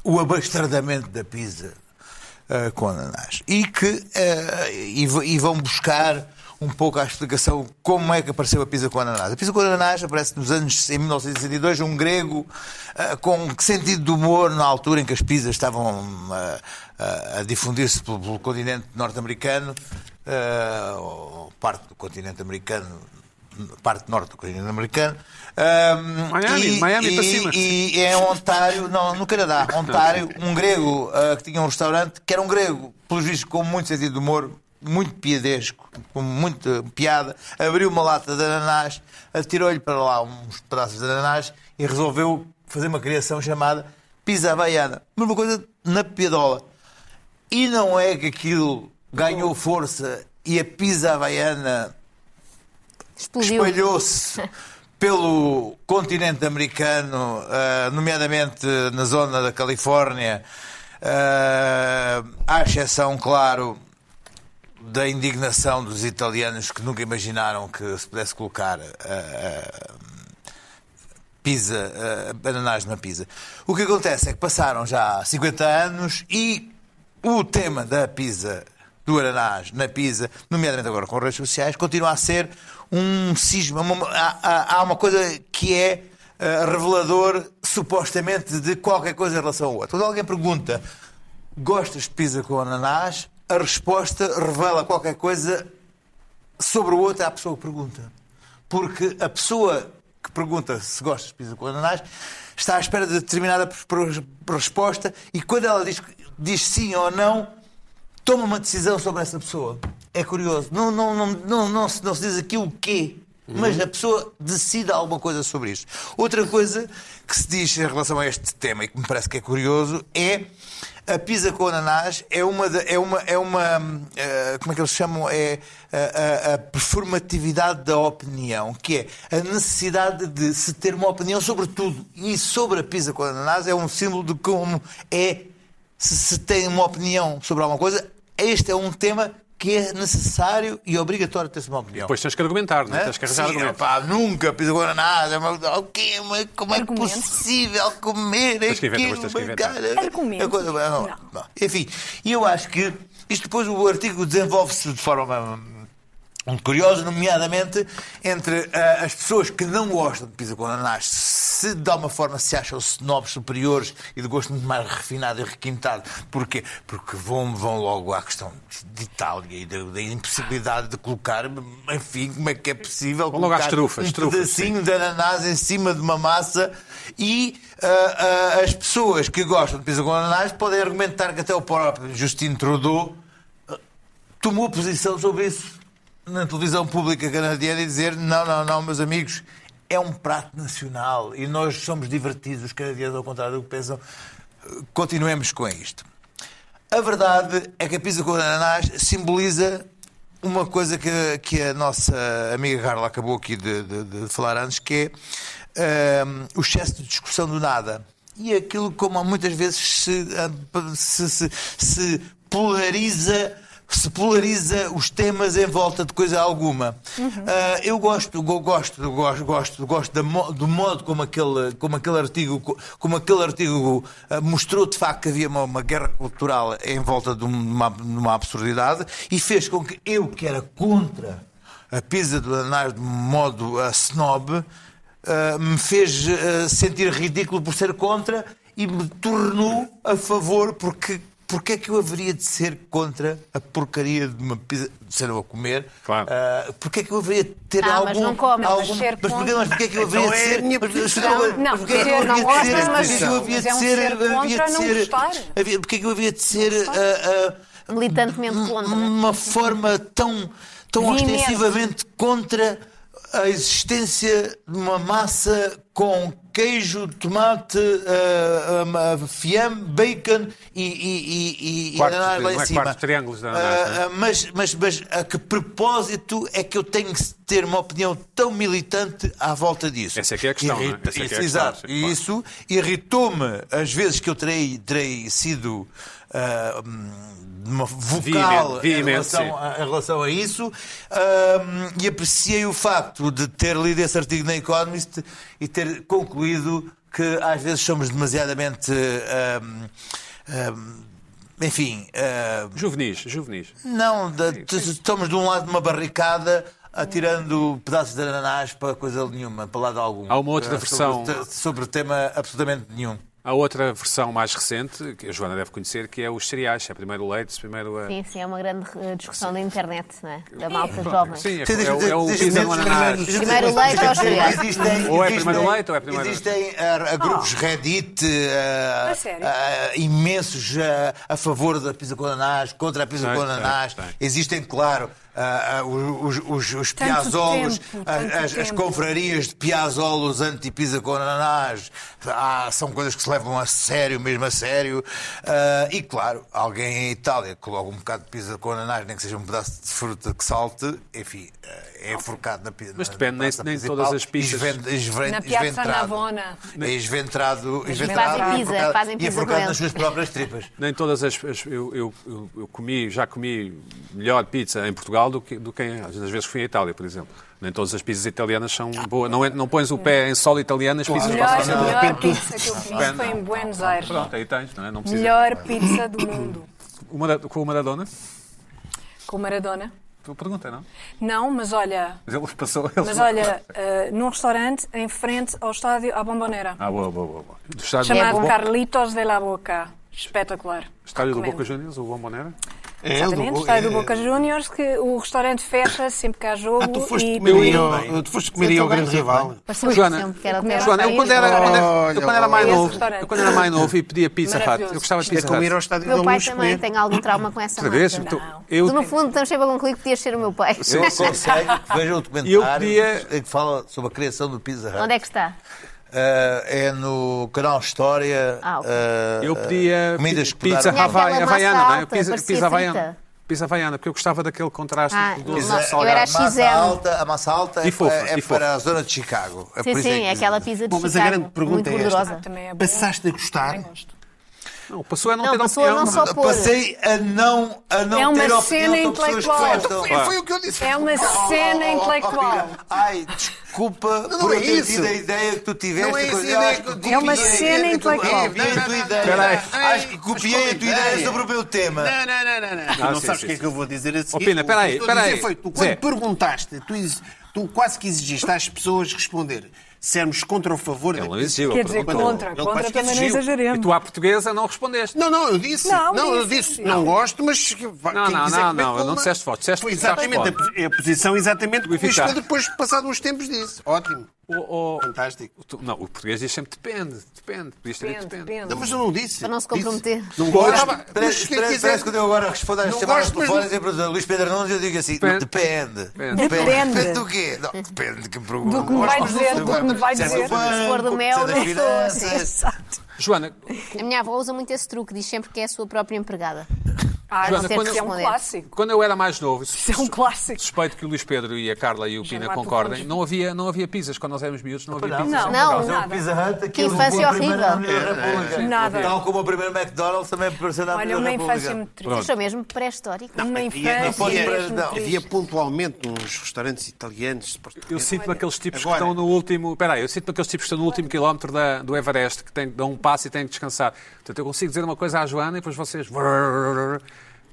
o abastardamento da pizza eh, com ananás. E que eh, e, v- e vão buscar um pouco a explicação como é que apareceu a pizza com ananás. A pizza com ananás aparece nos anos em 1962, um grego eh, com que sentido de humor na altura em que as pizzas estavam eh, a- a difundir-se pelo, pelo continente norte-americano, eh, ou parte do continente americano, parte norte do continente americano. ahm,
Miami, Miami para cima.
e em Ontário, não, no Canadá, Ontário, um grego ah, que tinha um restaurante, que era um grego, pelos vistos, com muito sentido de humor, muito piadesco, com muita piada, abriu uma lata de ananás, atirou-lhe para lá uns pedaços de ananás e resolveu fazer uma criação chamada pizza havaiana. Mesma coisa na piadola. E não é que aquilo ganhou força e a pizza havaiana
Explodiu.
espalhou-se pelo continente americano, ah, nomeadamente na zona da Califórnia, ah, à exceção, claro, da indignação dos italianos que nunca imaginaram que se pudesse colocar ah, ah, pizza, eh, ananás na pizza. O que acontece é que passaram já há 50 anos e o tema da pizza, do ananás na pizza, nomeadamente agora com redes sociais, continua a ser um cisma. uma- há, há- há uma coisa que é eh, revelador, supostamente, de qualquer coisa em relação ao outro. Quando alguém pergunta gostas de pizza com ananás, a resposta revela qualquer coisa sobre o outro à pessoa que pergunta. Porque a pessoa que pergunta se gostas de pizza com ananás está à espera de determinada pr- pr- resposta e quando ela diz, diz sim ou não, toma uma decisão sobre essa pessoa. É curioso. Não, não, não, não, não, se, não se diz aqui o quê, mas a pessoa decide alguma coisa sobre isto. Outra coisa que se diz em relação a este tema e que me parece que é curioso é a pizza com ananás é uma, da- é uma, é uma hum, eh, como é que eles chamam? É a, a- a performatividade da opinião, que é a necessidade de se ter uma opinião sobre tudo. E sobre a pizza com ananás é um símbolo de como é se, se tem uma opinião sobre alguma coisa, este é um tema que é necessário e obrigatório ter-se uma opinião.
Depois tens que argumentar, não é?
Hã?
Tens que arranjar
Né? Sim,
argumentos.
epá, nunca fiz agora nada. mas, o quê, mas como é que é
Argumentos.
possível comer
Tens que inventar,
aquilo?
tens que
mas,
inventar.
cara,
Argumentos.
é coisa- não,
Não.
não. Enfim, e eu acho que isto depois o artigo desenvolve-se de forma hum, muito curiosa, nomeadamente entre ah, as pessoas que não gostam de pizza com ananás, se de alguma forma se acham snobs superiores e de gosto muito mais refinado e requintado. Porquê? Porque vão, vão logo à questão de Itália e da, da impossibilidade de colocar, enfim, como é que é possível
Vão logo
colocar
às trufas,
um
trufas,
pedacinho de ananás em cima de uma massa e ah, ah, as pessoas que gostam de pizza com ananás podem argumentar que até o próprio Justino Trudeau ah, tomou posição sobre isso na televisão pública canadiana e dizer não, não, não, meus amigos, é um prato nacional e nós somos divertidos, os canadianos, ao contrário do que pensam, Ah, continuemos com isto. A verdade é que a pizza com ananás simboliza uma coisa que, que a nossa amiga Carla acabou aqui de, de- de falar antes, que é hum, o excesso de discussão do nada. E aquilo como muitas vezes se, ah, se- se- se polariza se polariza os temas em volta de coisa alguma. Ah, eu gosto, go- gosto, gosto, gosto, gosto da mo- do modo como aquele, como aquele artigo, co- como aquele artigo ah, mostrou de facto que havia uma, uma guerra cultural em volta de uma, de uma absurdidade e fez com que eu, que era contra a pizza do ananás de modo ah, snob, ah, me fez ah, sentir ridículo por ser contra e me tornou a favor porque Porquê é que eu haveria de ser contra a porcaria de uma pizza de ser eu a comer?
Claro.
Ah, porquê é que eu haveria de ter
Ah,
algum...
mas não come, mas
algum...
ser
mas porquê,
contra-
mas porquê é que eu haveria
é
de
a
ser...
minha
mas-
posição.
mas-
Não,
porquê é que eu
não
haveria de
gostas,
ser...
mas-
porquê é que eu havia de
mas é um
ser-
ser
havia de
contra não
ser-
gostar.
havia- Porquê é que eu havia de ser... ah, ah,
Militantemente contra.
uma forma tão, tão
Veemente.
ostensivamente contra a existência de uma massa com queijo, tomate, ah, ah, ah, fiambre, bacon e, e, e, e
Quartos
ananás
de-
lá
não é
em cima.
quartos, triângulos de ananás,
Ah,
não é?
ah, mas, mas, mas a que propósito é que eu tenho que ter uma opinião tão militante à volta disso?
Essa é que é a questão, não é?
Irrita-
Essa é que é a
isso,
questão,
exato.
sim,
E
claro.
isso irritou-me as vezes que eu terei, terei sido ah, hum, de uma
Veemente,
vocal em,
veemente, sim.
relação a, em relação a isso hum, e apreciei o facto de ter lido esse artigo na Economist e ter concluído que às vezes somos demasiadamente. hum, hum, enfim, hum,
Juvenis, juvenis.
não, da- t- estamos de um lado de uma barricada atirando pedaços de ananás para coisa nenhuma, para lado algum.
Há uma outra
Eh,
versão.
Sobre, te- sobre tema absolutamente nenhum.
Há outra versão mais recente, que a Joana deve conhecer, que é os cereais. É primeiro o leite, primeiro a...
Sim, sim, é uma grande eh, discussão da internet, não é? Da malta jovem.
Sim, é, é o- é o pizza com ananás.
Primeiro leite ou cereais?
Existem-
Ou é
existem-
primeiro leite ou é primeiro-
Existem ah, grupos Reddit ah,
Oh. A sério?
ah, eh, imensos ah, a favor da pizza com ananás, contra a pizza
Tem,
com
tem,
ananás.
tem.
Existem, claro, ah, ah, os, os, os
Tanto
piazzolos,
tempo,
as-
tanto
as, as
tempo.
confrarias de piazzolos anti-pizza com ananás, ah, são coisas que se levam a sério, mesmo a sério. Ah, e claro, alguém em Itália coloca um bocado de pizza com ananás, nem que seja um pedaço de fruta que salte, enfim, ah, é enforcado na pizza.
Mas depende, nem- nem todas as pizzas-
Na Piazza Navona.
É Esventrado, esventrado
fazem pizza,
enforcado-
fazem
e
pizza com
enforcado
ele.
nas suas próprias tripas.
Nem todas as. as- eu, eu- eu- eu comi, já comi melhor pizza em Portugal do que, do que em- às vezes fui à Itália, por exemplo. Nem todas as pizzas italianas são boas. Não, é- não pões o pé em solo italiano, as pizzas
Melhor,
passam a ser-
melhor pizza que eu fiz foi em Buenos
Ah,
Aires.
Pronto, aí tens, não é? Não precisa.
Melhor pizza do mundo.
O Mara- com o Maradona?
Com Maradona?
Tu pergunta, não?
Não, mas olha,
Mas ele passou. ele-
mas olha, eh, num restaurante em frente ao estádio, à Bombonera.
Ah, boa, boa, boa. boa. Do estádio
chamado
do Bo-
Carlitos de la Boca. Espetacular.
Estádio do
Recomendo.
Boca Juniors, o Bombonera?
É,
Exatamente,
do-
estádio do
é-
Boca Juniors, que o restaurante fecha sempre que há jogo.
Ah, tu foste
e
comer aí
eu,
ao- tu foste comer
é
aí ao grande rival. É
Pareceu-me
Joana,
sempre que era o
comemos-
Joana, eu quando era, quando era- eu quando era mais
Olha,
novo,
olha.
eu quando era mais novo e pedia pizza hut, eu
Maravilhoso.
gostava de
Isto é
pizza
como ir ao
hut.
estádio da
meu pai
luz
também
comer.
tem algum trauma com essa
Outra vez,
marca.
tu-
Não.
então, eu,
Tu, no fundo, estamos sempre a concluir que podias ser o meu pai.
Eu aconselho que vejam o documentário
Eu
que fala sobre a criação do Pizza Hut.
Onde é que está?
Ah, é no canal História.
Ah, ok.
ah,
Eu pedia
comidas que
pizza
mudaram.
Tinha aquela
havai-
massa
havaiana, não é?
alta,
Pizza,
parecia
pizza havaiana.
frita.
Pizza havaiana, porque eu gostava daquele contraste
Ah,
do doce
Pizza-
ao
eu
salgado.
era
a massa
XL.
alta, a massa alta
E
é,
fofa,
para, é
e fofa.
para a zona de Chicago. É
Sim,
por isso é
sim,
que-
aquela pizza de
Bom, mas a
Chicago,
grande pergunta
muito
é esta.
gordurosa.
também é bom.
Passaste a gostar?
Também gosto.
Não, passou a não, é?
Não,
ter
passou a
opinião.
não só pôr.
Passei a não, a não
É uma
ter
cena
opinião sobre pessoas que
intelectual.
gostam. Oh,
Foi, foi o que eu disse.
É uma cena intelectual.
Ai, desculpa
Não, não
por
é
eu ter
isso.
tido a ideia que tu tiveste.
Não é isso,
Eu
ideia
acho
que eu
copiei
É uma
a ideia
cena
que tu-
intelectual.
Eu vi a tua ideia.
Espera aí.
Acho que copiei a tua ideia sobre o meu tema.
Não, não, não, não. não. Tu
Ah,
não
sim,
sabes
sim,
o que é
sim.
que eu vou dizer a seguir.
Ó, Pina,
O
espera
que
aí,
eu estou a
espera
dizer
aí.
Foi, tu, quando
Zé.
perguntaste, tu, ex- tu quase que exigiste às pessoas responder sermos contra ou a favor.
Ele
da-
não exigiu.
Quer dizer,
perguntou.
contra.
Não,
Contra
quase que
também não
exigiu.
E
exageremos.
tu à portuguesa não respondeste.
Não, não, eu disse.
Não,
Não, eu
disse,
disse.
não.
Não gosto, mas. Não,
não, não, não, eu não disseste forte, disseste
Foi
que estás
exatamente a,
forte.
po- a posição, exatamente que o Luís
eficaz.
Pedro depois, passado uns tempos, disse. Ótimo.
O, o-
Fantástico.
o tu- não, o português diz sempre depende, depende. Podias ter dito
Depende,
depende.
depende.
Não, mas eu não disse.
Para não se
Disse.
comprometer.
Não
Pois,
gosto.
parece-
Mas quem
parece,
quiser.
parece quando eu agora respondo às
Não
chamadas
gosto, mas
telefónicas
não-
e pergunto a Luís Pedro Nunes, eu digo assim,
Depende.
depende.
Depende.
Depende.
Depende do quê? Não, depende de que pergunta.
Do que me vai dizer, do que me vai
Se é do
dizer.
banco,
Se for do mel,
se é das
não assim.
finanças.
Exato.
Joana,
A minha avó usa muito esse truque, diz sempre que é a sua própria empregada.
Ah,
Joana,
não sei
quando-
se é um clássico.
quando eu era mais novo,
Isso é um clássico.
suspeito que o Luís Pedro e a Carla e o Pina
Germato
concordem,
Fontes.
não havia, não havia pizzas quando nós éramos
Ah,
miúdos, não havia pizzas.
Não,
em
Não,
Portugal.
não.
Fazer um Pizza Hut, aquilo
Que infância
levou a primeira
horrível.
Avenida da República.
Nada.
Tal como o primeiro McDonald's também apareceu na
Olha,
Avenida
uma
da
infância
República.
muito triste.
Sou mesmo pré-histórica.
Uma
não pode-
infância mesmo
não,
Havia
triste.
pontualmente uns restaurantes italianos.
Eu
é
sinto-me aqueles tipos
Agora-
que estão no último. Espera aí, eu sinto-me aqueles tipos que estão no último quilómetro da- do Everest, que têm, dão um passo e têm que descansar. Portanto, eu consigo dizer uma coisa à Joana e depois vocês.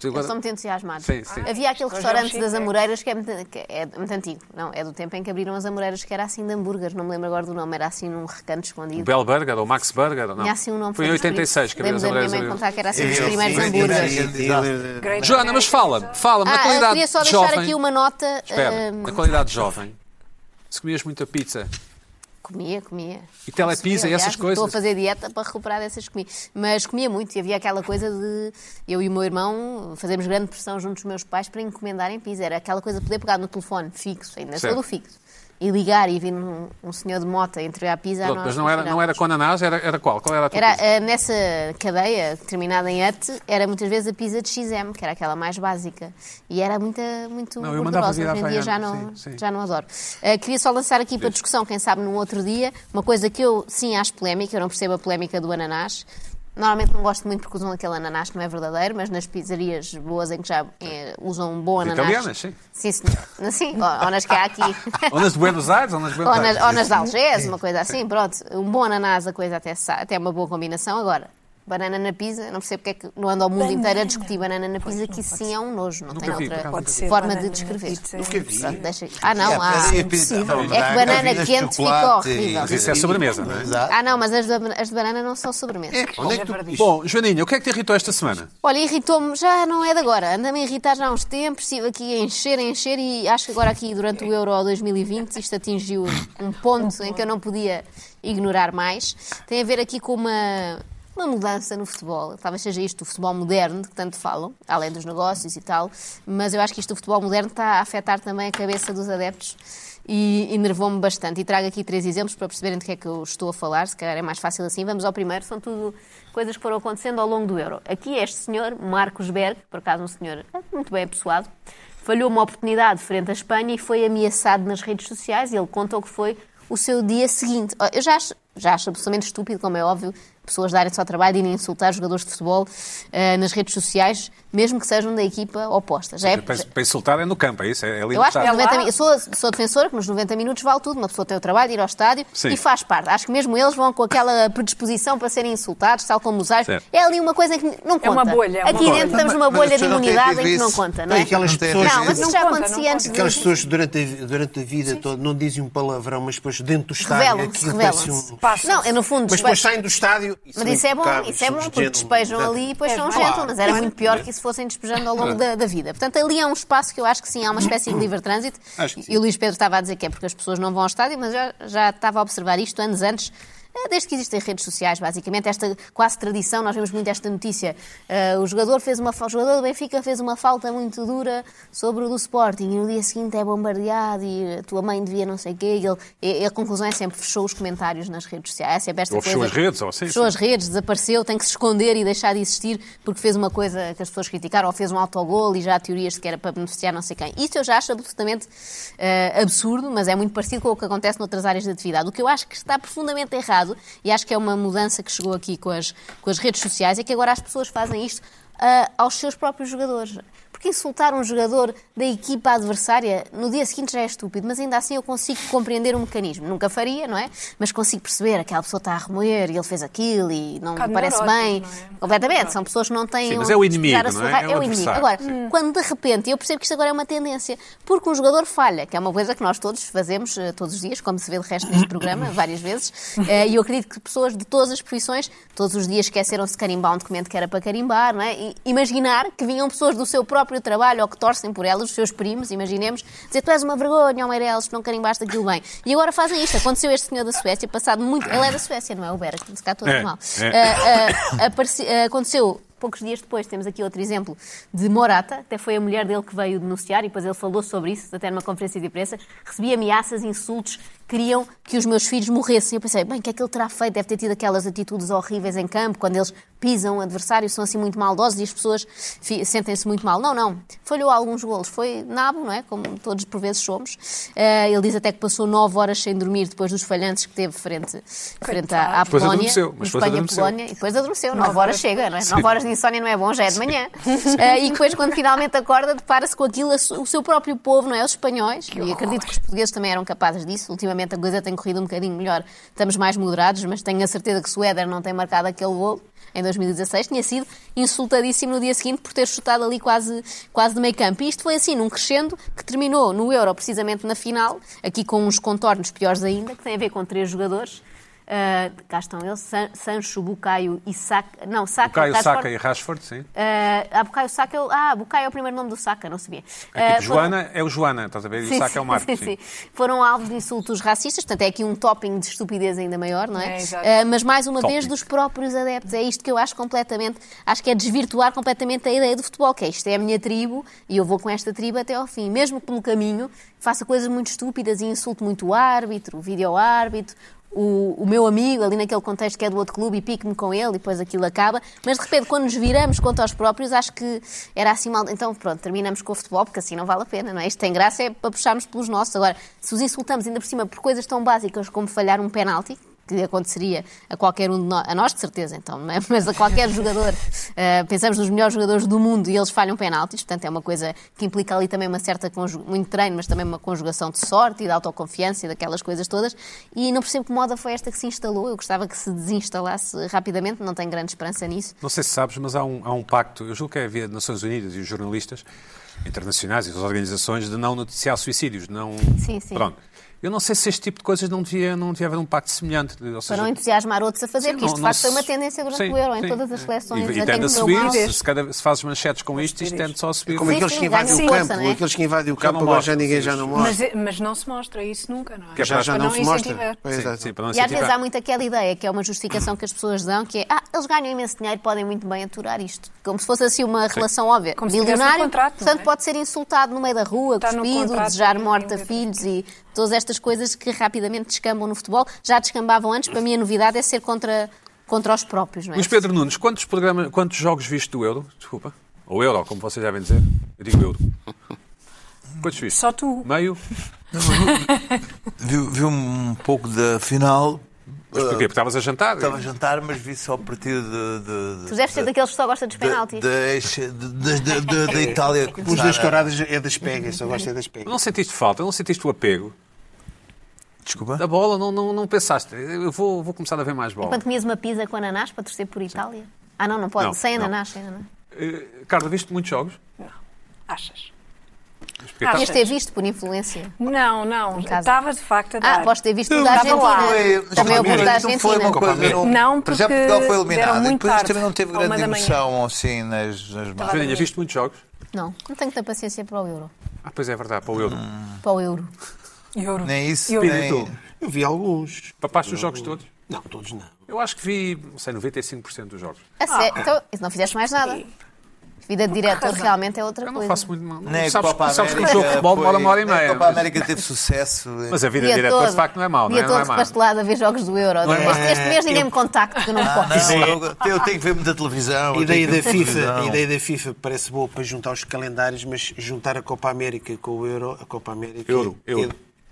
Eles são muito entusiasmados.
Sim, sim.
Havia
Hoje é
aquele
um
restaurante das
chique.
Amoreiras que é muito, que é muito antigo. Não, é do tempo em que abriram as Amoreiras, que era assim de hambúrgueres. Não me lembro agora do nome, era assim num recanto
O
escondido.
Bell Burger ou Max Burger? Não.
Tinha assim um nome
Foi em
foi dos
86 que abriu
primeiros.
as
Lembro da minha
Amoreiras.
mãe contar que era
É,
assim dos
Eu-
primeiros
eu- eu-
hambúrgueres.
eu-
Great
Joana, mas fala-me, fala-me, na
Ah, eu
qualidade
queria só
de
deixar
jovem.
aqui uma nota.
Espera, então
hum,
na qualidade de jovem, se comias muita pizza
Comia, comia.
e telepizza e
Aliás,
essas
Estou
coisas.
a fazer dieta para recuperar dessas comidas. Mas comia muito e havia aquela coisa de eu e o meu irmão fazermos grande pressão junto dos meus pais para encomendarem pizza. Era aquela coisa de poder pegar no telefone fixo, ainda
Certo.
sou do fixo, e ligar e vir um, um senhor de mota entregar a pizza.
Pronto,
nós
mas não era, não
chorávamos.
era com ananás, era, era qual? Qual era a tua
Era,
pizza?
eh, nessa cadeia, terminada em UT, era muitas vezes a pizza de XM, que era aquela mais básica. E era muita, muito
Não, eu mandava
gordurosa.
vir à
Hoje em dia já
Havaiana,
não,
sim, sim.
já não adoro. Eh, queria só lançar aqui para discussão, quem sabe num outro dia, uma coisa que eu sim acho polémica, eu não percebo a polémica do ananás. Normalmente não gosto muito porque usam aquele ananás que não é verdadeiro, mas nas pizzarias boas em que já eh, usam um bom
As
ananás.
italianas, sim.
Sim, senhor. Sim, ou, ou nas que há aqui.
Ou nas de Buenos Aires ou nas de Buenos
Ou nas,
Aires?
ou nas de Algés, uma coisa assim, pronto. Um bom ananás, a coisa até, sa- até é uma boa combinação. Agora, banana na pizza, não percebo porque é que não anda o mundo inteiro a discutir banana na pizza, que isso sim é um nojo, não tem
vi, por
outra
acaso
Pode ser
forma
banana
de
na
descrever.
pizza.
Pronto, deixa aí. Ah, não, há.
É, pizza- não,
É que banana
maravilhas de
quente fica
chocolate e-
horrível.
Mas isso é sobremesa, não é?
Exato.
Ah, não, mas as de, as de banana não são sobremesa.
Onde é que tu
Bom, Joaninha, o que é que te irritou esta semana?
Olha, irritou-me, já não é de agora, anda-me a irritar já há uns tempos, estive aqui a encher, a encher e acho que agora aqui durante o Euro 2020 isto atingiu um ponto em que eu não podia ignorar mais. Tem a ver aqui com uma, uma mudança no futebol. Talvez seja isto o futebol moderno, que tanto falam, além dos negócios e tal, mas eu acho que isto do futebol moderno está a afetar também a cabeça dos adeptos e enervou-me bastante. E trago aqui três exemplos para perceberem do que é que eu estou a falar, se calhar é mais fácil assim. Vamos ao primeiro, são tudo coisas que foram acontecendo ao longo do Euro. Aqui este senhor, Marcos Berg, por acaso um senhor muito bem apessoado, falhou uma oportunidade frente à Espanha e foi ameaçado nas redes sociais. E ele contou que foi o seu dia seguinte. Eu já acho, já acho absolutamente estúpido, como é óbvio, pessoas darem só trabalho e nem insultar jogadores de futebol eh, nas redes sociais, mesmo que sejam da equipa oposta. Já é,
Para, para insultar é no campo, é isso? É, é
eu acho que nos
libertado.
90 min- eu sou, sou defensora que nos 90 minutos vale tudo. Uma pessoa tem o trabalho, de ir ao estádio
Sim.
e faz parte. Acho que mesmo eles vão com aquela predisposição para serem insultados, tal como os árbitros.
Certo.
É ali uma coisa que não conta.
uma bolha, é uma
Aqui
bolha.
dentro estamos numa
Mas
bolha
as
de
pessoas não têm
imunidade em que
tido
não
isso.
conta, não
Tem
é?
aquelas
Não tem
pessoas-
Não, mas isso
Não
já
conta,
acontecia
não
antes
Aquelas
de...
pessoas durante a, durante a vida toda não dizem um palavrão, mas depois dentro do estádio
Revelam-se,
aquilo parece
revelam-se.
um.
Não, é no fundo...
Mas
despejo.
depois saem do estádio. e são
Mas isso é bom,
impecáveis,
isso é
são
bom,
os
porque
gentlemen,
despejam
exato.
ali e depois
É,
são
claro,
gentle, mas era
claro.
muito pior que isso fossem despejando ao longo da, da vida. Portanto, ali é um espaço que eu acho que sim, há uma espécie de livre trânsito.
Acho que sim.
E o Luís Pedro estava a dizer que é porque as pessoas não vão ao estádio, mas já, já estava a observar isto anos antes. eh, Desde que existem redes sociais, basicamente, esta quase tradição, nós vemos muito esta notícia. eh, o, jogador fez uma, fa- o jogador do Benfica fez uma falta muito dura sobre o do Sporting e no dia seguinte é bombardeado e a tua mãe devia não sei o quê. E, ele- e- e a conclusão é sempre fechou os comentários nas redes sociais. É sempre esta
Ou fechou
coisa.
as redes, ou assim,
Fechou
sim.
as redes, desapareceu, tem que se esconder e deixar de existir porque fez uma coisa que as pessoas criticaram ou fez um autogol e já há teorias de que era para beneficiar não sei quem. Isso eu já acho absolutamente eh, absurdo, mas é muito parecido com o que acontece noutras áreas de atividade. O que eu acho que está profundamente errado e acho que é uma mudança que chegou aqui com as, com as redes sociais é que agora as pessoas fazem isto ah, aos seus próprios jogadores. Porque insultar um jogador da equipa adversária no dia seguinte já é estúpido, mas ainda assim eu consigo compreender o mecanismo. Nunca faria, não é? Mas consigo perceber aquela pessoa está a remoer e ele fez aquilo e não
bocado
me parece
neurótico,
bem.
não é?
Completamente. São pessoas que não têm.
Sim, mas
onde
é o inimigo,
tirar a
não
sua
é?
raiva.
É o
o inimigo.
adversário,
Agora, quando de repente, eu percebo que isto agora é uma tendência, porque um jogador falha, que é uma coisa que nós todos fazemos eh, todos os dias, como se vê de resto neste programa, várias vezes, eh, e eu acredito que pessoas de todas as profissões, todos os dias esqueceram-se de carimbar um documento que era para carimbar, não é? E imaginar que vinham pessoas do seu próprio trabalho ou que torcem por elas, os seus primos, imaginemos, dizer tu és uma vergonha, ao Meireles, que não carimbaste aquilo bem. E agora fazem isto. Aconteceu este senhor da Suécia, passado muito. Ele é da Suécia, não é? O Beras, se cá todo
É,
mal.
é.
Eh, ah, apareci- ah, aconteceu poucos dias depois, temos aqui outro exemplo de Morata, até foi a mulher dele que veio denunciar e depois ele falou sobre isso, até numa conferência de imprensa, recebi ameaças, insultos, queriam que os meus filhos morressem. Eu pensei, bem, o que é que ele terá feito? Deve ter tido aquelas atitudes horríveis em campo, quando eles pisam o adversário, são assim muito maldosos e as pessoas fi- sentem-se muito mal. Não, não, falhou alguns golos, foi nabo, não é? Como todos por vezes somos. Ah, ele diz até que passou nove horas sem dormir depois dos falhantes que teve frente, frente à, à
Depois
Polónia,
adormeceu, mas depois
Espanha,
adormeceu.
Polónia, e depois adormeceu. Nove horas chega, não é? Nove horas de insónia não é bom, já é de manhã. Eh, e depois, quando finalmente acorda, depara-se com aquilo, a su- o seu próprio povo, não é? Os espanhóis, e acredito que os portugueses também eram capazes disso. Ultimamente a coisa tem corrido um bocadinho melhor, estamos mais moderados, mas tenho a certeza que se o Éder não tem marcado aquele gol em 2016, tinha sido insultadíssimo no dia seguinte por ter chutado ali quase, quase de meio campo. E isto foi assim, num crescendo que terminou no Euro, precisamente na final, aqui com uns contornos piores ainda, que tem a ver com três jogadores. Uh, cá estão eles, San- Sancho, Bucaio e Saca. Não, Saca.
O Caio
está de
Saca
fora.
e Rashford, sim.
Uh, ah, Bucaio Saca. é o- Ah, Bucaio é o primeiro nome do Saca, não sabia.
Aqui,
Uh, foram-
É tipo Joana é o Joana, estás a ver? E o
Sim,
Saca é o Marco.
sim, sim. Foram alvos de insultos racistas, portanto é aqui um topping de estupidez ainda maior, não é?
É, exato.
Eh, mas mais uma
Topping.
vez dos próprios adeptos. É isto que eu acho completamente, acho que é desvirtuar completamente a ideia do futebol, que é isto é a minha tribo e eu vou com esta tribo até ao fim. Mesmo que pelo caminho faça coisas muito estúpidas e insulte muito o árbitro, o vídeo-árbitro, o, o meu amigo ali naquele contexto que é do outro clube e pique-me com ele e depois aquilo acaba. Mas de repente, quando nos viramos contra os próprios, acho que era assim mal. Então pronto, terminamos com o futebol porque assim não vale a pena, não é? Isto tem graça é para puxarmos pelos nossos. Agora, se os insultamos ainda por cima por coisas tão básicas como falhar um penalti, que aconteceria a qualquer um de nós, a nós de certeza, então, não é? mas a qualquer jogador. Uh, pensamos nos melhores jogadores do mundo e eles falham penaltis, portanto é uma coisa que implica ali também uma certa conju- muito treino, mas também uma conjugação de sorte e de autoconfiança e daquelas coisas todas. E não percebo que moda foi esta que se instalou. Eu gostava que se desinstalasse rapidamente, não tenho grande esperança nisso.
Não sei se sabes, mas há um, há um pacto, eu julgo que é via Nações Unidas e os jornalistas internacionais e as organizações de não noticiar suicídios, de não...
Sim, sim.
Pronto. Eu não sei se este tipo de coisas não devia, não devia haver um pacto semelhante. Ou
Para
seja,
não entusiasmar outros a fazer,
Sim,
porque isto de
não- não
facto foi uma
se-
tendência durante
sim,
o Euro, em
sim.
todas as seleções.
E, e tende
até no
a
meu
subir,
mal.
se, se cada- se fazes manchetes com isto, isto tende só a subir. um
Como
Sim,
aqueles
sim,
que invadem
ganham
o
força,
campo,
não é?
aqueles que invadem o
Já
campo,
não
agora já
mostram,
ninguém
sim,
já não mostra.
Mas, é, mas não se mostra isso nunca, não é?
Que é
Já
para-
já
para
não
não
se mostra.
incentivar.
Pois,
Sim,
exato.
sim, para não
E às vezes
incentivar.
há muito aquela ideia, que é uma justificação que as pessoas dão, que é, ah, eles ganham imenso dinheiro, podem muito bem aturar isto. Como se fosse assim uma relação óbvia.
Como se tivesse
Bilionário,
no contrato, não é?
portanto, pode ser insultado no meio da rua,
Está no
cuspido,
contrato,
desejar
tem
morte a
que-
filhos e todas estas coisas que rapidamente descambam no futebol. Já descambavam antes, para mim a novidade é ser contra, contra os próprios, não é?
Luís Pedro Nunes, quantos, programas, quantos jogos viste do Euro? Desculpa. Ou Euro, como vocês já vêm dizer. Eu digo Euro. Quantos viste?
Só tu.
Meio?
Vi, vi um pouco da final,
Mas porquê? Porque estavas a jantar?
estava a jantar, mas vi só a partir de. de, de
Tu deves ser daqueles que só gostam dos
da,
penaltis.
da, da, da, da Itália.
Os
começar
das
a-
coradas é das pegas, só gosto é das pegas.
Não sentiste falta? Não sentiste o apego?
Desculpa.
Da bola? Não, não, não pensaste? Eu vou, vou começar a ver mais bola.
Quando comias uma pizza com ananás para torcer por Itália. Ah, não, não pode.
Não,
sem
não.
ananás, sem ananás.
Eh, Carla, viste muitos jogos?
Achas?
Mas porquê
Ah,
estavas-
Devias ter visto por influência.
não, não.
casa.
Estava de facto a dar.
Ah, podes ter visto o da
Estava
Argentina.
lá.
é, Também o da
Isto não foi uma
Argentina.
é.
coisa.
Não,
Para já
porque
Portugal foi
deram
eliminado. E
muito
depois
tarde,
também não teve
à uma
grande
da manhã.
emoção assim nas, nas marcas.
Filhinha, viste muitos jogos?
Não, não tenho tanta paciência para o euro.
Ah, pois é verdade, para o Euro.
Para o euro.
Euro.
Nem isso,
Euro.
nem-
Eu- Eu vi alguns.
Papaste os jogos todos?
Não, todos não.
Eu acho que vi, não sei, 95% dos jogos.
Ah.
A sério? Então, isso não fizeste mais nada. Vida de diretor realmente é outra
Eu não
coisa.
faço muito mal.
Nem a
sabes,
Copa
sabes que um
América
jogo de futebol demora
foi-
uma hora e
nem
meia.
A Copa
Mas, é
América teve sucesso.
mas a vida de
Dia
diretor,
todo,
de facto, não é mau, não
dia
é? Não é
todo
mau.
pastelado a ver jogos do Euro.
Não é
este,
má.
este mês ninguém
Eu-
me contacta, que eu não
Ah.
posso.
Ah, Não, eu, eu tenho que ver muita televisão.
A
eu tenho
ideia,
que ver
da FIFA,
televisão.
a ideia da FIFA parece boa para juntar os calendários, mas juntar a Copa América com o Euro, a Copa América. é
Euro, euro.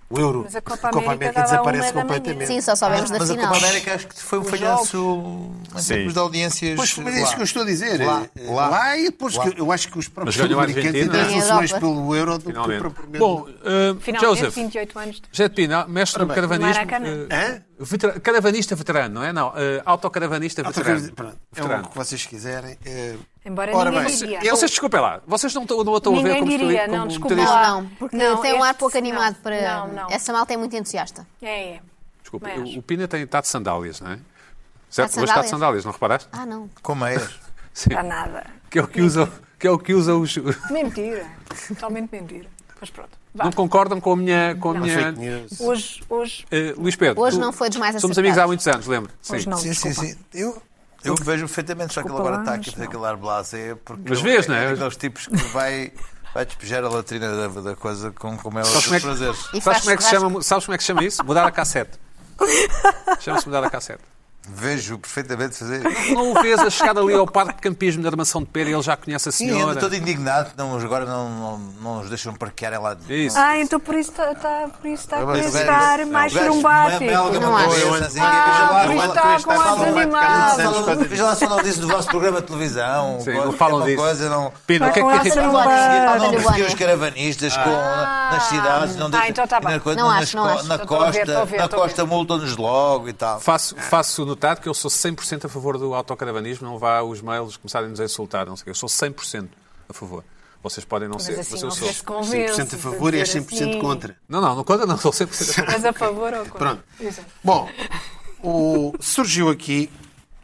O Euro.
Mas a Copa América um dava uma da manhã.
Sim, só soubemos da
Mas a
final.
Copa América acho que foi um falhanço em termos de audiências.
Pois, mas é isso
lá.
que eu estou a dizer.
Lá,
Eh,
lá.
e depois
Lá.
que eu acho que os próprios
ganhou a
americanos
Argentina.
interessam-se
Ganhou a
mais
Europa.
pelo euro do que
Finalmente.
propriamente.
Bom, uh,
Finalmente,
Joseph,
28 anos. de-
José de Pina, mestre do caravanismo.
Maracanã.
eh,
Hã?
vetera- caravanista veterano, não é? Não, eh, autocaravanista
Outra
veterano.
coisa, pronto, é
Veterano.
o que É um- vocês quiserem. eh,
Embora
Ora
ninguém
bem,
diria.
eu-
Vocês, desculpem lá, vocês não estão não a estão a ver
É Ninguém
como
diria,
como
não, desculpa
motorista?
lá.
Não, não, porque
Não,
tem um ar
este-
pouco animado
não,
para.
não, não.
Essa malta é muito entusiasta.
É, é.
Desculpa,
Mas-
o, o Pina tem, está de sandálias, não é? Certo?
de
Hoje está de
sandálias?
sandálias, não reparaste?
Ah, não.
Como é?
Sim.
Para nada.
Que é o que usa, que é o que usa os.
Mentira. Totalmente mentira. Mas pronto. Vá.
Não concordam com a minha. Com a minha...
fake news.
Hoje, hoje,
Eh, Luís Pedro.
Hoje
tu-
não foi dos mais
Somos
acertados.
amigos há muitos anos, lembro.
hoje
Sim.
não.
Sim, sim,
desculpa.
sim. Eu, eu vejo perfeitamente, só que ele
Desculpa
agora
lá,
está aqui a
mas
fazer aquele ar blasé. Porque
Mas
ele
vês,
é
não é?
Aqueles tipos que vai, vai despejar a latrina da, da coisa com como é os
Sabes como é
seus
que-
prazeres.
E
Sabes
faz
como, é que se
churrasco.
chama, sabes como é que se chama isso? Mudar a cassete. Chama-se mudar a cassete.
Vejo perfeitamente fazer.
Não o vês a chegar ali ao parque de campismo da Armação de Pera e ele já conhece a
Sim, é eu
senhora.
ando todo indignado, não, mas agora não, não, não os deixam parquear em lado.
É
nenhum.
isso.
Ah, então por isso está tá, por isso tá a
Mas o gajo-
estar mais
o gajo é
churumbático.
melga
Não
uma
acho.
coisa, assim,
por
veja lá,
isso está com
fala-
ar
fala-
desanimado.
fala- Veja lá se falam disso do vosso programa de televisão.
Sim,
coisa,
não falam
é uma
disso.
Coisa, não...
Pina, o que é que
Olá,
te irrita?
senhor.
Não perseguir- não
Olha,
perseguir
olha.
os caravanistas com, nas cidades, não deixa,
Ah. então tá
e na
bem.
coisa-
Não
nas
acho, não
co-
acho.
na
Tô- tô a ver,
costa,
tô a ver,
na
tô a ver.
costa multam-nos logo e tal.
Faço, faço notar que eu sou 100% a favor do autocaravanismo, não vá os mails começarem-nos a insultar, não sei o quê. Eu sou 100% a favor. Vocês podem não
Mas
ser,
assim,
mas eu
não
sou.
se convence.
100% a favor e é
dizer
100%
assim.
contra.
Não, não, não conta, não, sou 100% a favor.
Mas a favor ou contra?
Pronto.
Exato.
Bom, o- surgiu aqui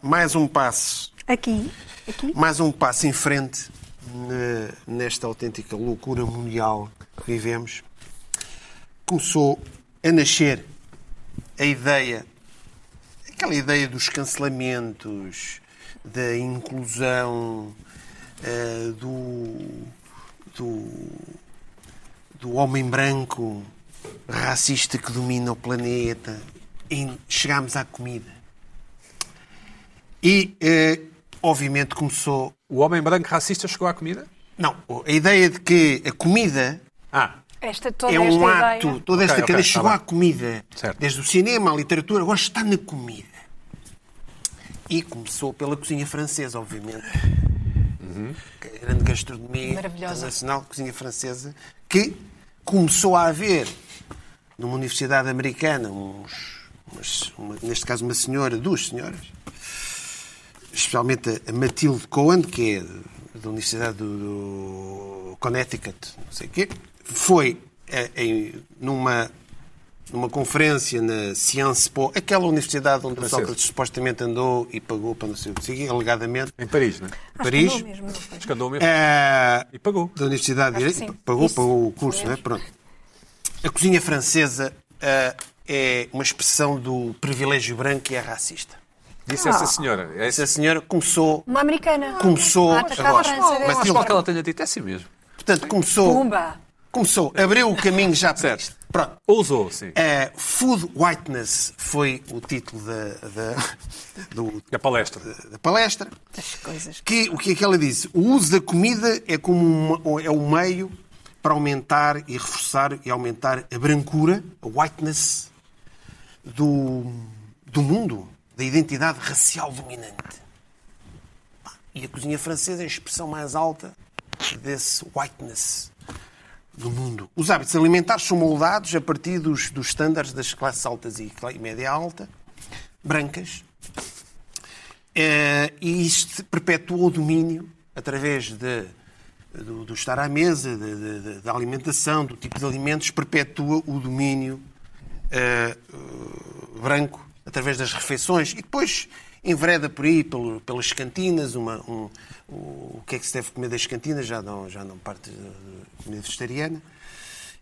mais um passo
Aqui, aqui.
mais um passo em frente ne- nesta autêntica loucura mundial que vivemos. Começou a nascer a ideia, aquela ideia dos cancelamentos, da inclusão, eh, do, do, do homem branco racista que domina o planeta. E chegámos à comida. E, eh, obviamente, começou
O homem branco racista chegou à comida?
não, a ideia de que a comida
Ah,
Esta, toda
é um
esta
ato,
ideia.
toda esta
Ok, ok,
cadeia
tá
chegou
bem.
à comida.
Certo.
Desde o cinema, à literatura, agora está na comida. E começou pela cozinha francesa, obviamente.
Uhum.
Que é A grande gastronomia
Maravilhosa.
internacional, cozinha francesa, que começou a haver numa universidade americana, uns- umas- uma- neste caso uma senhora, duas senhoras, especialmente a- a Matilde Cohen, que é da Universidade do, do Connecticut, não sei o quê, foi eh, em- numa numa conferência na Sciences Po, aquela universidade onde o
Francesa.
Sócrates supostamente andou e pagou para não sei o que, seguir, alegadamente,
Em Paris, não é?
Acho que é
Paris.
não mesmo, não foi?
Escandou mesmo.
eh,
E pagou.
da Universidade de
Acho que
Direito,
sim.
pagou,
Isso.
pagou o curso, não é? Pronto. A cozinha francesa ah, é uma expressão do privilégio branco e é racista.
Disse essa senhora. É
Essa
essa...
senhora começou,
Uma americana.
começou a
Ah, atacava a
gosto.
França.
Mas
Mas um
diz mal que ela tenha dito, é assim mesmo.
Portanto, começou,
Pumba.
começou, abriu o caminho já para
Certo.
isto. Pronto.
Ousou, sim.
É.
Eh, Food Whiteness foi o título da, da- do-
E a palestra.
da palestra.
As coisas.
Que, o que é que ela disse? O uso da comida é como um, é um meio para aumentar e reforçar e aumentar a brancura, a whiteness do, do mundo, da identidade racial dominante. Pá, E a cozinha francesa é a expressão mais alta desse whiteness do mundo. Os hábitos alimentares são moldados a partir dos, dos estándares das classes altas e cla- e média alta, brancas, eh, e isto perpetuou o domínio através de- do, do estar à mesa, de- de- de- da alimentação, do tipo de alimentos, perpetua o domínio eh, eh, branco através das refeições e depois envereda por aí pelo- pelas cantinas, uma- um- o, o que é que se deve comer das cantinas, já não, já não parte de de comida vegetariana.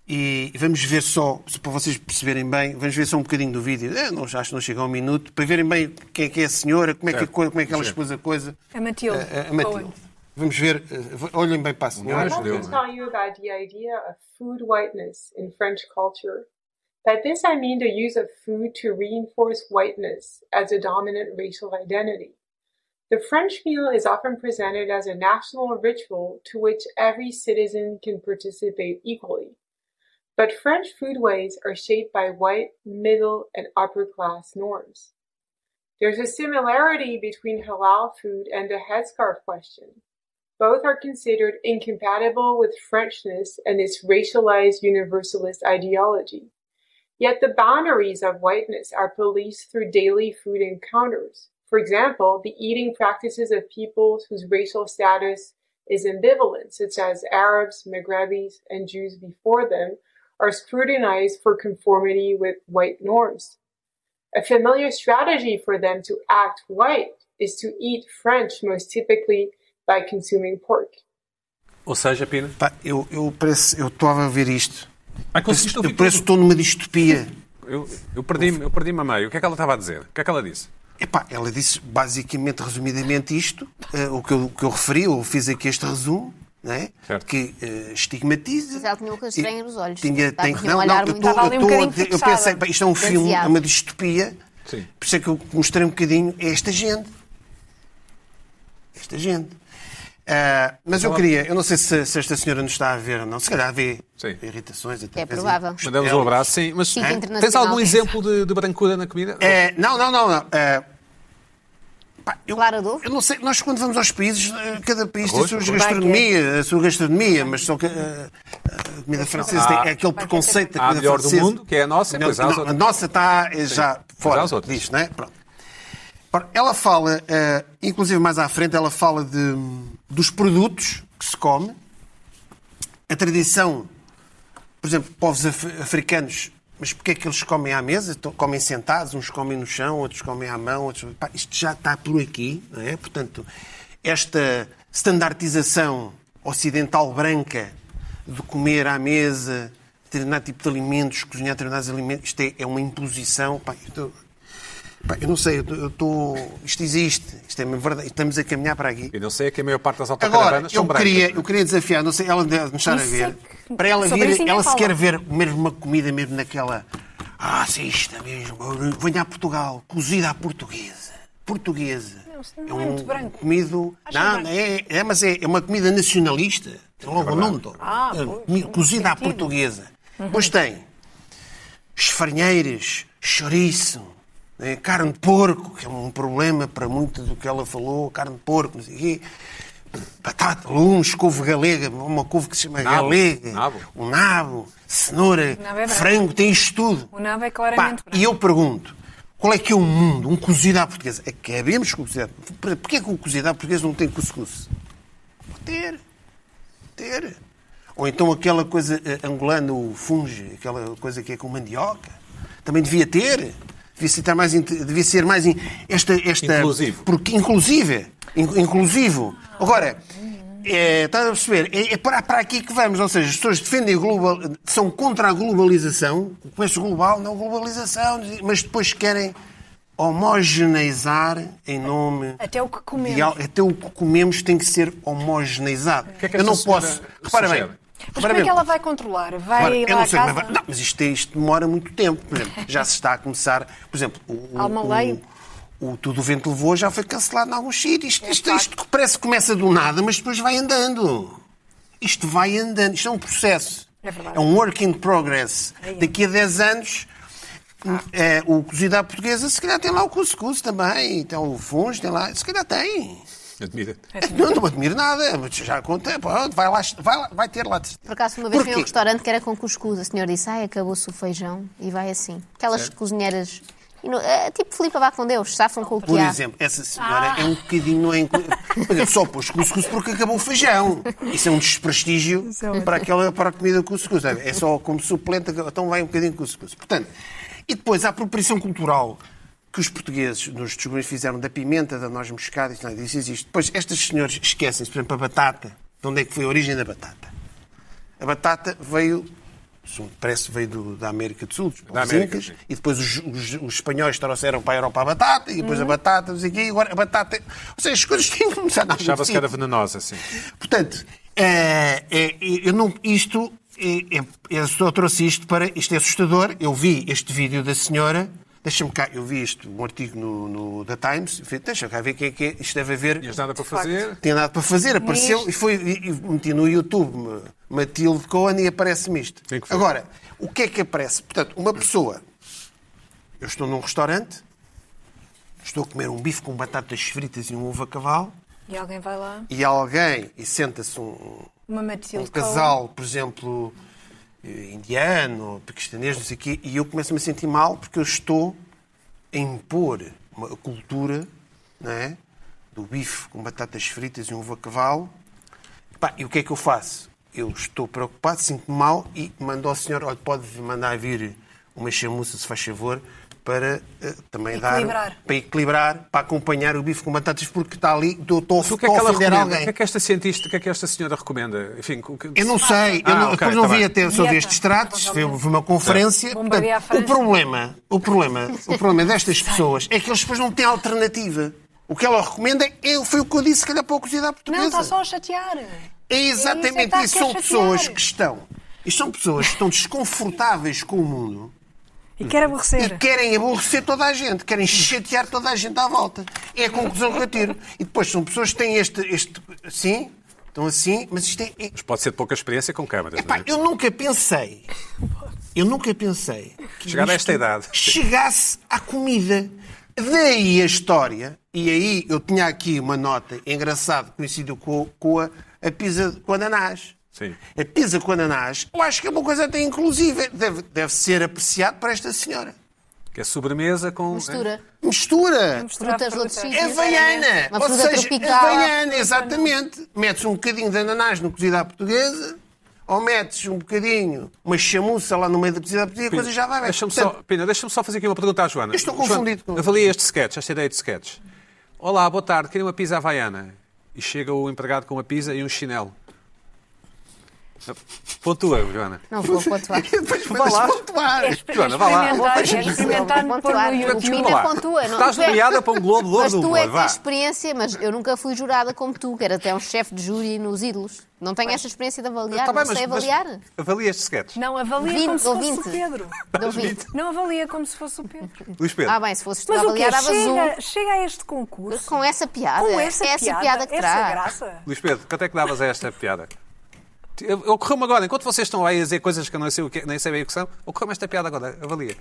E vamos ver só, se para vocês perceberem bem, vamos ver só um bocadinho do vídeo. Eh, não, acho que não chega a um minuto, para verem bem quem é que é a senhora, como é que, a coisa- como é que ela expôs a coisa.
A É, Matilde.
A, a Matilde.
Cohen.
Vamos ver, eh, olhem bem para a senhora.
Não é
I'd like
Julia.
to tell you about the idea of food whiteness in French culture. By this, I mean the use of food to reinforce whiteness as a dominant racial identity. The French meal is often presented as a national ritual to which every citizen can participate equally. But French foodways are shaped by white, middle, and upper class norms. There's a similarity between halal food and the headscarf question. Both are considered incompatible with Frenchness and its racialized universalist ideology. Yet the boundaries of whiteness are policed through daily food encounters. For example, the eating practices of peoples whose racial status is ambivalent, such as Arabs, Migrebis, and Jews before them, are scrutinized for conformity with white norms. A familiar strategy for them to act white is to eat French, most typically by consuming pork.
Ou seja, Pina.
Pá, eu, eu, parece, eu estava a ver isto.
Ah, conseguiste
Eu
ouvir
parece que
tudo?
estou numa distopia.
Eu, eu perdi-me eu perdi a meio. O que é que ela estava a dizer? O que é que ela disse?
Epá, ela disse basicamente, resumidamente, isto, eh, o, que eu, o que eu referi, eu fiz aqui este resumo, não é?
Certo.
que eh, estigmatiza.
Mas ela tinha uma coisa
Ti-
estranha nos olhos.
Tinha,
Dava
tem,
um
não, não,
olhar
eu,
muito-
tô,
Estava
eu,
ali um
tô a
bocadinho
dizer- eu
fixada.
pensei, pá, isto é um filme, é
Demasiado.
uma distopia,
Sim.
por isso é que eu mostrei um bocadinho é esta gente. Esta gente. Ah, mas eu queria, eu não sei se, se esta senhora nos está a ver ou não, se calhar vê
Sim.
irritações. Até
É
de vez em-
provável.
Mandamos um abraço, sim. Mas
Fica
Hã?
internacional.
tens algum exemplo de, de brancura na comida?
É, não, não, não. não. É, pá, eu,
Clara Dove?
eu não sei, nós quando vamos aos países, eh, cada país tem a
Arroz,
sua
arroz.
gastronomia, a sua gastronomia, mas só que eh, a comida francesa tem é aquele preconceito da
Há a
comida
melhor do
francesa.
mundo, que é a nossa, e
Não,
depois há as
não, a
outras.
nossa está eh, já fora
há as outras.
disto, não é? Pronto. Ora, Ela fala, eh, inclusive mais à frente, ela fala de, dos produtos que se come, a tradição por exemplo, povos af- africanos, mas porquê é que eles comem à mesa? Estão- Comem sentados, uns comem no chão, outros comem à mão, outros... Pá, isto já está por aqui, não é? Portanto, esta standardização ocidental branca de comer à mesa, determinado tipo de alimentos, cozinhar determinados alimentos, isto é, é uma imposição. Pá, eu, tô- pá, eu não sei, eu tô- eu estou. Isto existe, isto é mesmo verdade, estamos a caminhar para aqui.
E não sei é que a maior parte das
Agora,
autocaravanas
eu
são brancas. é?
queria, eu queria desafiar, não sei, ela deve me estar a
Isso é
ver.
que-
Para ela
sobre
vir,
isso ninguém
ela se
fala.
quer ver mesmo uma comida, mesmo naquela. Ah, sim, isto é mesmo. Venha a Portugal, cozida à portuguesa. Portuguesa. um
Não, isso não é muito branco.
Comido.
Acho
Não,
branco.
é, é, mas é, é uma comida nacionalista. É logo o nome, Dom.
Ah,
É,
pois,
comi-
faz
Cozida à
sentido.
portuguesa. Pois tem esfarinheiras, chouriço, né, carne de porco, que é um problema para muito do que ela falou, carne de porco, não sei o quê. Batata, lumes, couve galega, uma couve que se chama
Nabo,
galega,
nabo.
o nabo, cenoura,
nabo é branco.
frango, tem isto tudo.
O nabo é
Pá,
claramente branco.
e eu pergunto, qual é que é o mundo, um cozido à portuguesa? Acabemos com o cozido à portuguesa. Porquê que o cozido à portuguesa não tem cuscuz? Pode ter. Ter. Ou então aquela coisa eh, angolana, o funge, aquela coisa que é com mandioca. Também devia ter. Devia ser, estar mais, in- devia ser mais in- esta, esta
Inclusivo.
Porque, inclusive. in- inclusivo. Agora, é, estás a perceber? É, é para, para aqui que vamos. Ou seja, as pessoas defendem a global. são contra a globalização, o comércio global, não globalização, mas depois querem homogeneizar em nome.
Até o que comemos.
de al- até o que comemos tem que ser homogeneizado.
que é que
Eu não
essa senhora
posso. Repara bem.
sugere?
Mas
repara
como é
bem.
que ela vai controlar? Vai
Agora, eu
lá
não
à
sei
casa?
como é que- Não, mas isto, isto demora muito tempo. Por exemplo, já se está a começar. Por exemplo, o, o-
Há uma lei?
o- o Tudo o Vento Levou já foi cancelado em alguns sítios.
É
Isto, isto, isto que parece que começa do nada, mas depois vai andando. Isto vai andando. Isto é um processo.
É verdade.
um work in progress.
Ai, é.
Daqui a 10 anos. é, o cozido à portuguesa, se calhar tem lá o cuscuz também, tem o funge, tem lá, se calhar tem.
Admira.
É assim.
Não, não admiro nada, mas já contei, pronto, vai, lá, vai, lá- vai ter lá. de certeza.
Por acaso, uma vez fui a um
Porquê?
restaurante que era com cuscuz. A senhora disse, ai, acabou-se o feijão. E vai assim. Aquelas cozinheiras... e no- é, tipo Filipe vá com Deus, safam com o que
Por
há.
exemplo, essa senhora é um bocadinho. Não é inclu... Por exemplo, só pôs cuscuz porque acabou o feijão. Isso é um desprestígio
Isso é ótimo.
para, aquela, para a comida cuscuz. sabe? É só como suplente, então vai um bocadinho de cuscuz. Portanto, e depois a apropriação cultural que os portugueses nos descobrimentos fizeram da pimenta, da noz moscada, isso, não, isso existe. Depois, estas senhoras esquecem-se, por exemplo, a batata. De onde é que foi a origem da batata? A batata veio, segundo parece, veio do- da América do Sul, dos povos
América,
incas,
sim.
e depois os, os- os espanhóis trouxeram para a Europa a batata, e depois
Uhum.
a batata, não sei o quê, e agora a batata... Ou seja, as coisas têm que começar a
Achava-se que era venenosa, sim.
Portanto, é, é, eu não, isto, é, é, eu só trouxe isto para... Isto é assustador. Eu vi este vídeo da senhora... Deixa-me cá, eu vi isto, um artigo no, no da Times, eu falei, deixa-me cá ver o que é que é, isto deve haver
Tinhas nada para fazer.
tinha nada para fazer, apareceu e, foi, e, e meti no YouTube Ma- Matilde Cohen e aparece-me isto.
Tem que ver.
Agora, o que é que aparece? Portanto, uma pessoa, eu estou num restaurante, estou a comer um bife com batatas fritas e um ovo a cavalo,
E alguém vai lá?
e alguém, e senta-se um,
Uma
um
Matilde
casal, por exemplo, eh, indiano, paquistanês, não sei o quê, e eu começo-me a sentir mal porque eu estou a impor uma cultura não é? do bife com batatas fritas e um ovo a cavalo. Pá, e o que é que eu faço? Eu estou preocupado, sinto-me mal e mando ao senhor, olha, pode mandar vir uma chamuça, se faz favor, para eh, também
Equilibrar.
dar... Para equilibrar. Para acompanhar o bife com batatas, porque está ali, estou estou a
Mas o que é que ela
ofender
recomenda?
alguém.
O que é que esta cientista, o que é que esta senhora recomenda? Enfim, o que...
Eu não sei, eu
Ah,
não,
ok,
depois não
tá
vi
bem.
até, só vi
Dieta,
estes tratos, vi
provavelmente.
vi uma conferência.
Bombardear
Portanto,
a
o
França.
problema, o problema, o problema destas pessoas é que eles depois não têm alternativa. O que ela recomenda é, foi o que eu disse, se calhar para a curiosidade portuguesa.
Não, está só a chatear.
É exatamente
está
isso.
a é
São
chatear.
pessoas que estão. Isto são pessoas que estão desconfortáveis com o mundo
E quer
e
aborrecer.
querem aborrecer toda a gente, querem chatear toda a gente à volta. É a conclusão que eu tiro. E depois são pessoas que têm este. este assim, estão assim, mas isto é- é,
Mas pode ser de pouca experiência com câmaras, não
Pá,
é?
eu nunca pensei. Eu nunca pensei que
Chegar a
isto
esta idade.
chegasse à comida. Daí a história. E aí eu tinha aqui uma nota engraçada, coincidiu com, com a, a pizza com ananás.
Sim.
A pizza com ananás, eu acho que é uma coisa até inclusiva. Deve, deve ser apreciado para esta senhora.
Que é sobremesa com...
Mistura.
Mistura.
Frutas de outros
fruta.
sítios.
É veiana.
Uma
Ou
fruta
seja, é
tropical. é
veiana, exatamente. Metes um bocadinho de ananás no cozido à portuguesa, ou metes um bocadinho, uma chamuça lá no meio da cozida à portuguesa, a coisa já vai bem.
Deixa-me
Portanto,
só, Pina, deixa-me só fazer aqui uma pergunta à Joana. Eu
estou confundido com-
avalia este sketch, esta ideia de sketch. Olá, boa tarde, queria uma pizza havaiana. E chega o empregado com uma pizza e um chinelo. Pontua, Joana.
Não vou pontuar.
Depois mandas
lá.
pontuar.
Joana, vá lá.
É Experimentar,
É
experimentar no pôr
Pontuar.
no YouTube.
Desculpa
Mina
lá.
pontua, não-
Estás
tu é-
nomeada para um Globo de Ouro
Mas
do
tu
humor,
é que
vá.
tens experiência, mas eu nunca fui jurada como tu, que era até um chefe de júri nos ídolos. Não tenho essa experiência de avaliar,
Tá bem,
não sei
mas-
avaliar.
mas avalia este sketch.
Não, avalia
Vinte,
como se
ou
fosse
vinte.
o Pedro.
Não vi.
Não avalia como se fosse o Pedro.
Luís Pedro.
Ah, bem, se fosses tu a
Mas o quê?
avaliar, davas um.
Chega, chega a este concurso
Com essa piada.
com essa,
é essa piada, que
essa
traz.
graça.
Luís Pedro, quanto é que davas a esta piada? Eu- Ocorreu-me agora, enquanto vocês estão aí a dizer coisas que eu não sei, o que, nem sei bem o que são, ocorreu-me esta piada agora, avalia.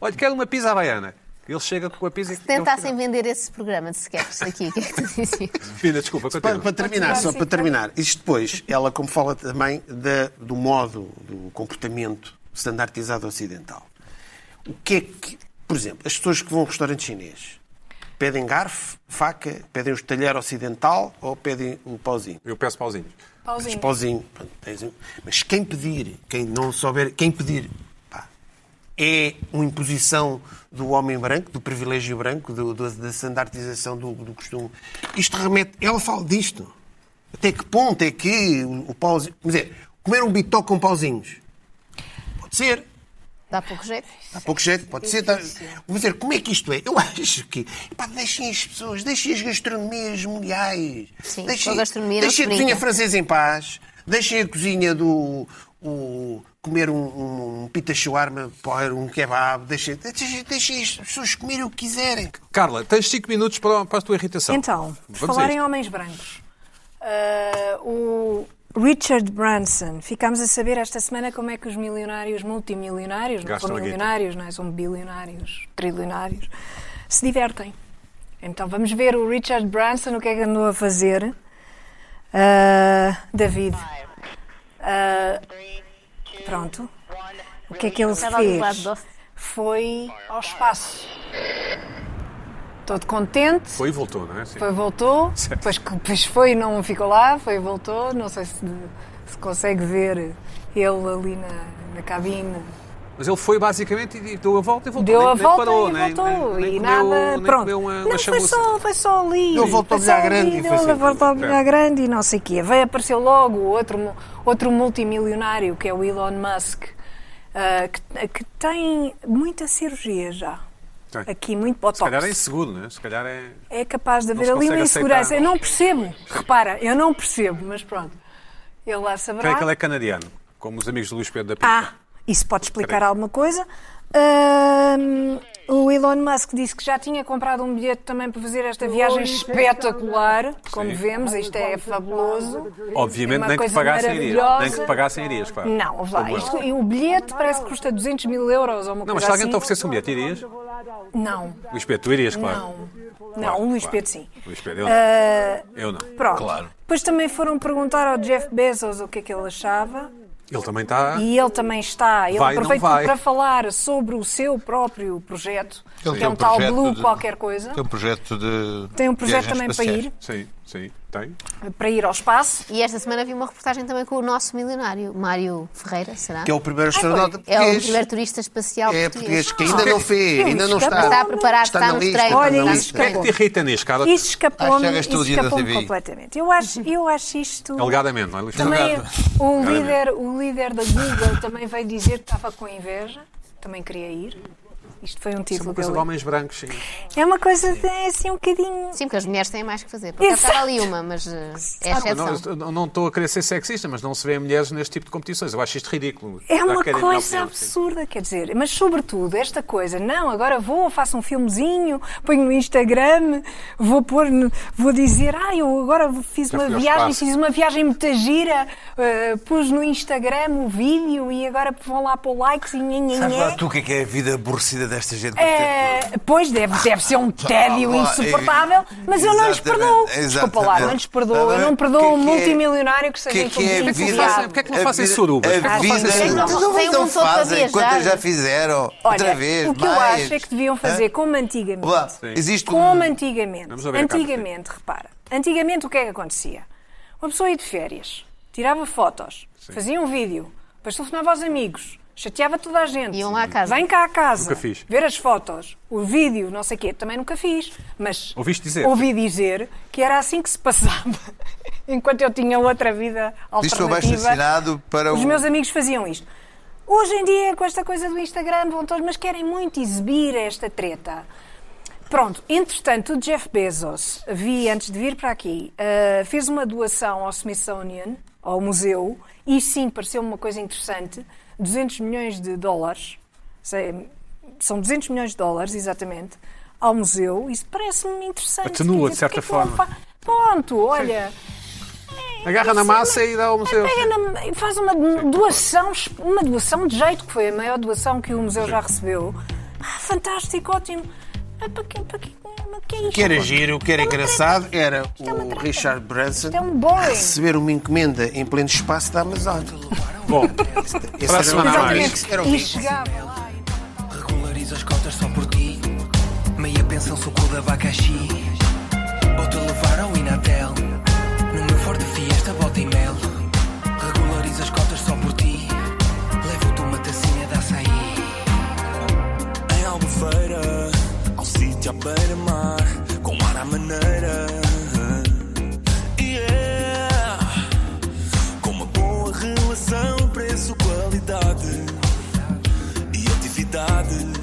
Olha, quero uma pizza havaiana. Ele chega com a pizza e...
Tentassem vender esse programa de sketches aqui, o que é que tu dizias?
Pina, desculpa,
Para,
continua.
para terminar,
Claro,
só
sim,
para
claro.
terminar. Isto depois, ela como fala também da- do modo, do comportamento standardizado ocidental. O que é que, por exemplo, as pessoas que vão ao restaurante chinês pedem garfo, faca, pedem o talher ocidental ou pedem o pauzinho?
Eu peço pauzinhos.
Pauzinho.
Mas pauzinho. Pronto, tens um- Mas quem pedir, quem não souber, quem pedir, pá, é uma imposição do homem branco, do privilégio branco, do- do- da standardização do, do costume. Isto remete. Ela fala disto. Até que ponto é que o, o pauzinho. Quer dizer, comer um bitoque com pauzinhos? Pode ser.
Dá pouco jeito.
Há pouco jeito, pode ser. Tá... Vou dizer, como é que isto é? Eu acho que. Pá, deixem as pessoas, deixem as gastronomias mundiais.
Sim,
deixem
com a gastronomia não se
deixem a
brinca.
cozinha francesa em paz. Deixem a cozinha do. o- comer um, um, um pita shawarma, pôr um kebab. Deixem, deixem, deixem as pessoas comerem o que quiserem.
Carla, tens 5 minutos para, para a tua irritação.
Então, por
Vamos a
falar
isto.
em homens brancos, ah, o Richard Branson, ficámos a saber esta semana como é que os milionários, multimilionários, não
Gastam
são
a guita.
milionários, não é? são bilionários, trilionários, se divertem. Então vamos ver o Richard Branson, o que é que andou a fazer. Ah, David. Ah, pronto. O que é que ele
Estava ali do lado
fez?
do-
Foi ao espaço. Todo contente.
Foi e voltou, não é? Sim.
Foi, voltou,
Certo.
depois, que- depois foi e não ficou lá, foi e voltou. Não sei se, se consegue ver ele ali na, na cabine.
Mas ele foi basicamente e deu a volta e voltou.
Deu
Nem-
a
nem
volta
parou,
e
nem-
voltou.
nem- nem
e
comeu-
nada.
nem
Pronto.
comeu uma- uma
não, foi
chamuça.
só, foi só ali.
Ele voltou
Foi só
à grande
ali,
e
deu-
foi assim.
voltou à
Certo.
grande e não sei o quê. Veio apareceu logo outro, mu- outro multimilionário, que é o Elon Musk, ah, que, que tem muita cirurgia já.
Tem.
Aqui, muito
Se calhar é
botox
inseguro, não é? Se calhar é.
é capaz de haver
se
ali uma
consegue
insegurança.
aceitar.
Eu não percebo, repara, eu não percebo, mas pronto. Ele lá
Creio
saberá.
que ele é canadiano, como os amigos do Luís Pedro da Pinto.
Ah, isso pode explicar alguma coisa. Ahm, o Elon Musk disse que já tinha comprado um bilhete também para fazer esta viagem espetacular. Como
Sim.
vemos, isto é fabuloso. É
Obviamente,
uma
nem que
coisa
pagassem irias. Nem
maravilhosa.
que pagassem irias, claro.
Não, ouve lá,
Como eu.
isto, e o bilhete parece que custa 200 mil euros ou uma
Não, mas
coisa
se alguém
assim.
te oferecesse um bilhete, irias?
Não,
Luís Pedro, tu irias, claro.
não. Não, o Luís Pedro sim. Ah,
Luís Pedro, eu não. Eu não.
Pronto.
Claro.
Depois também foram perguntar ao Jeff Bezos o que é que ele achava.
Ele também tá- está.
E ele também está, ele
Vai, não
aproveita
vai.
para falar sobre o seu próprio projeto, que
Ele
é
tem
um,
um
tal
projeto
Blue
de-
qualquer coisa.
Tem um projeto de.
Tem um projeto
viagens
também para
espaciais.
ir,
Sim, sim, tem.
para ir ao espaço.
E esta semana vi uma reportagem também com o nosso milionário, Mário Ferreira, será?
Que é o primeiro astronauta
É o
português.
primeiro turista espacial
É
português. Ah,
português, que ainda não fez, ainda não está.
Está a preparar, está
na
nos
lista, está
treinos.
na
Olha,
lista.
isso
O que é que te irrita nisto, Carla?
Isto escapou-me
Ah, chegas tu, dia da
escapou
TV.
completamente. Eu acho, eu acho isto.
Alegadamente, não é, Luís Pedro?
Também o
Obrigado.
líder, o líder da Google também veio dizer que estava com inveja, também queria ir. Isto foi um
Isso é
título
uma
que
coisa de
eu li.
homens brancos, sim.
É uma coisa de, assim um bocadinho.
Sim, porque as mulheres têm mais que fazer. Porque
Exato.
estava ali uma, mas eh, é
Ah,
exceção.
não, eu não estou a querer ser sexista, mas não se vêem mulheres neste tipo de competições. Eu acho isto ridículo.
É
Tá
Dá
uma
quero a minha
coisa
opinião, sim.
absurda, quer dizer, mas sobretudo esta coisa, não, agora vou, faço um filmezinho, ponho no Instagram, vou pôr, no- vou dizer, ah, eu agora fiz
Já
uma
fui ao
viagem,
espaço."
fiz uma viagem muita gira, eh, pus no Instagram o vídeo e agora vão lá pôr likes e
Sabes lá
nhanhanhé.
tu o que é que é a vida aborrecida desta gente?
É, pois deve, deve ser um tédio
Ah,
insuportável, mas eu não lhes
exatamente,
perdoo. Desculpa lá,
exatamente.
não lhes perdoo. Eu
Ah,
não
que
perdoo
que
um
é-
multimilionário que seja
que que é a
incompetente.
vida?
fazem- porque é que não fazem surubas? Porque é
A
que não
vida.
fazem
Não,
surubas?
não,
Tem um
não
mundo todo
fazem.
viajado.
Quantas já fizeram? Outra
Olha,
vez.
o que eu
mais.
acho é que deviam fazer como antigamente.
Olá, existe um-
como antigamente.
Vamos ouvir a Carla.
Antigamente, repara. Antigamente o que é que acontecia? Uma pessoa ia de férias, tirava fotos, fazia um vídeo, depois telefonava aos amigos, chateava toda a gente.
Iam lá à casa.
Vem cá à casa.
Nunca fiz.
Ver as fotos, o vídeo, não sei o quê, também nunca fiz. Mas
Ouviste dizer?
ouvi dizer que era assim que se passava enquanto eu tinha outra vida
Diz que soubeste
alternativa.
assinado para um-
Os
o-
meus amigos faziam isto. Hoje em dia, com esta coisa do Instagram, vão todos, mas querem muito exibir esta treta. Pronto, entretanto, o Jeff Bezos, vi antes de vir para aqui, ah, fez uma doação ao Smithsonian, ao museu, e sim, pareceu-me uma coisa interessante, 200 milhões de dólares, sei, são 200 milhões de dólares, exatamente, ao museu, isso parece-me interessante.
Atenua,
quer dizer,
de certa
porque é que não
forma.
fa- Pronto, olha...
Agarra na
Isso é
massa
uma-
e dá ao museu.
Pega na- e faz uma doação, uma doação de jeito, que foi a maior doação que o museu já recebeu. Ah, fantástico, ótimo. Ah, para quê, para quê, mas que é isto?
O que era giro, o que era
Isto é uma treta.
engraçado era
é uma
o
treta.
Richard Branson
Isto é um boring.
receber uma encomenda em pleno espaço da Amazônia.
Bom, para a
Ah,
semana há mais.
Exatamente.
um
E chegava lá.
Regularizo as cotas só por ti. Meia pensão, suco de abacaxi. Vou te levar ao Inatel. No meu forte fiesta, bota e mel. Regularizo as cotas só por ti. Levo-te uma tacinha de açaí.
cidade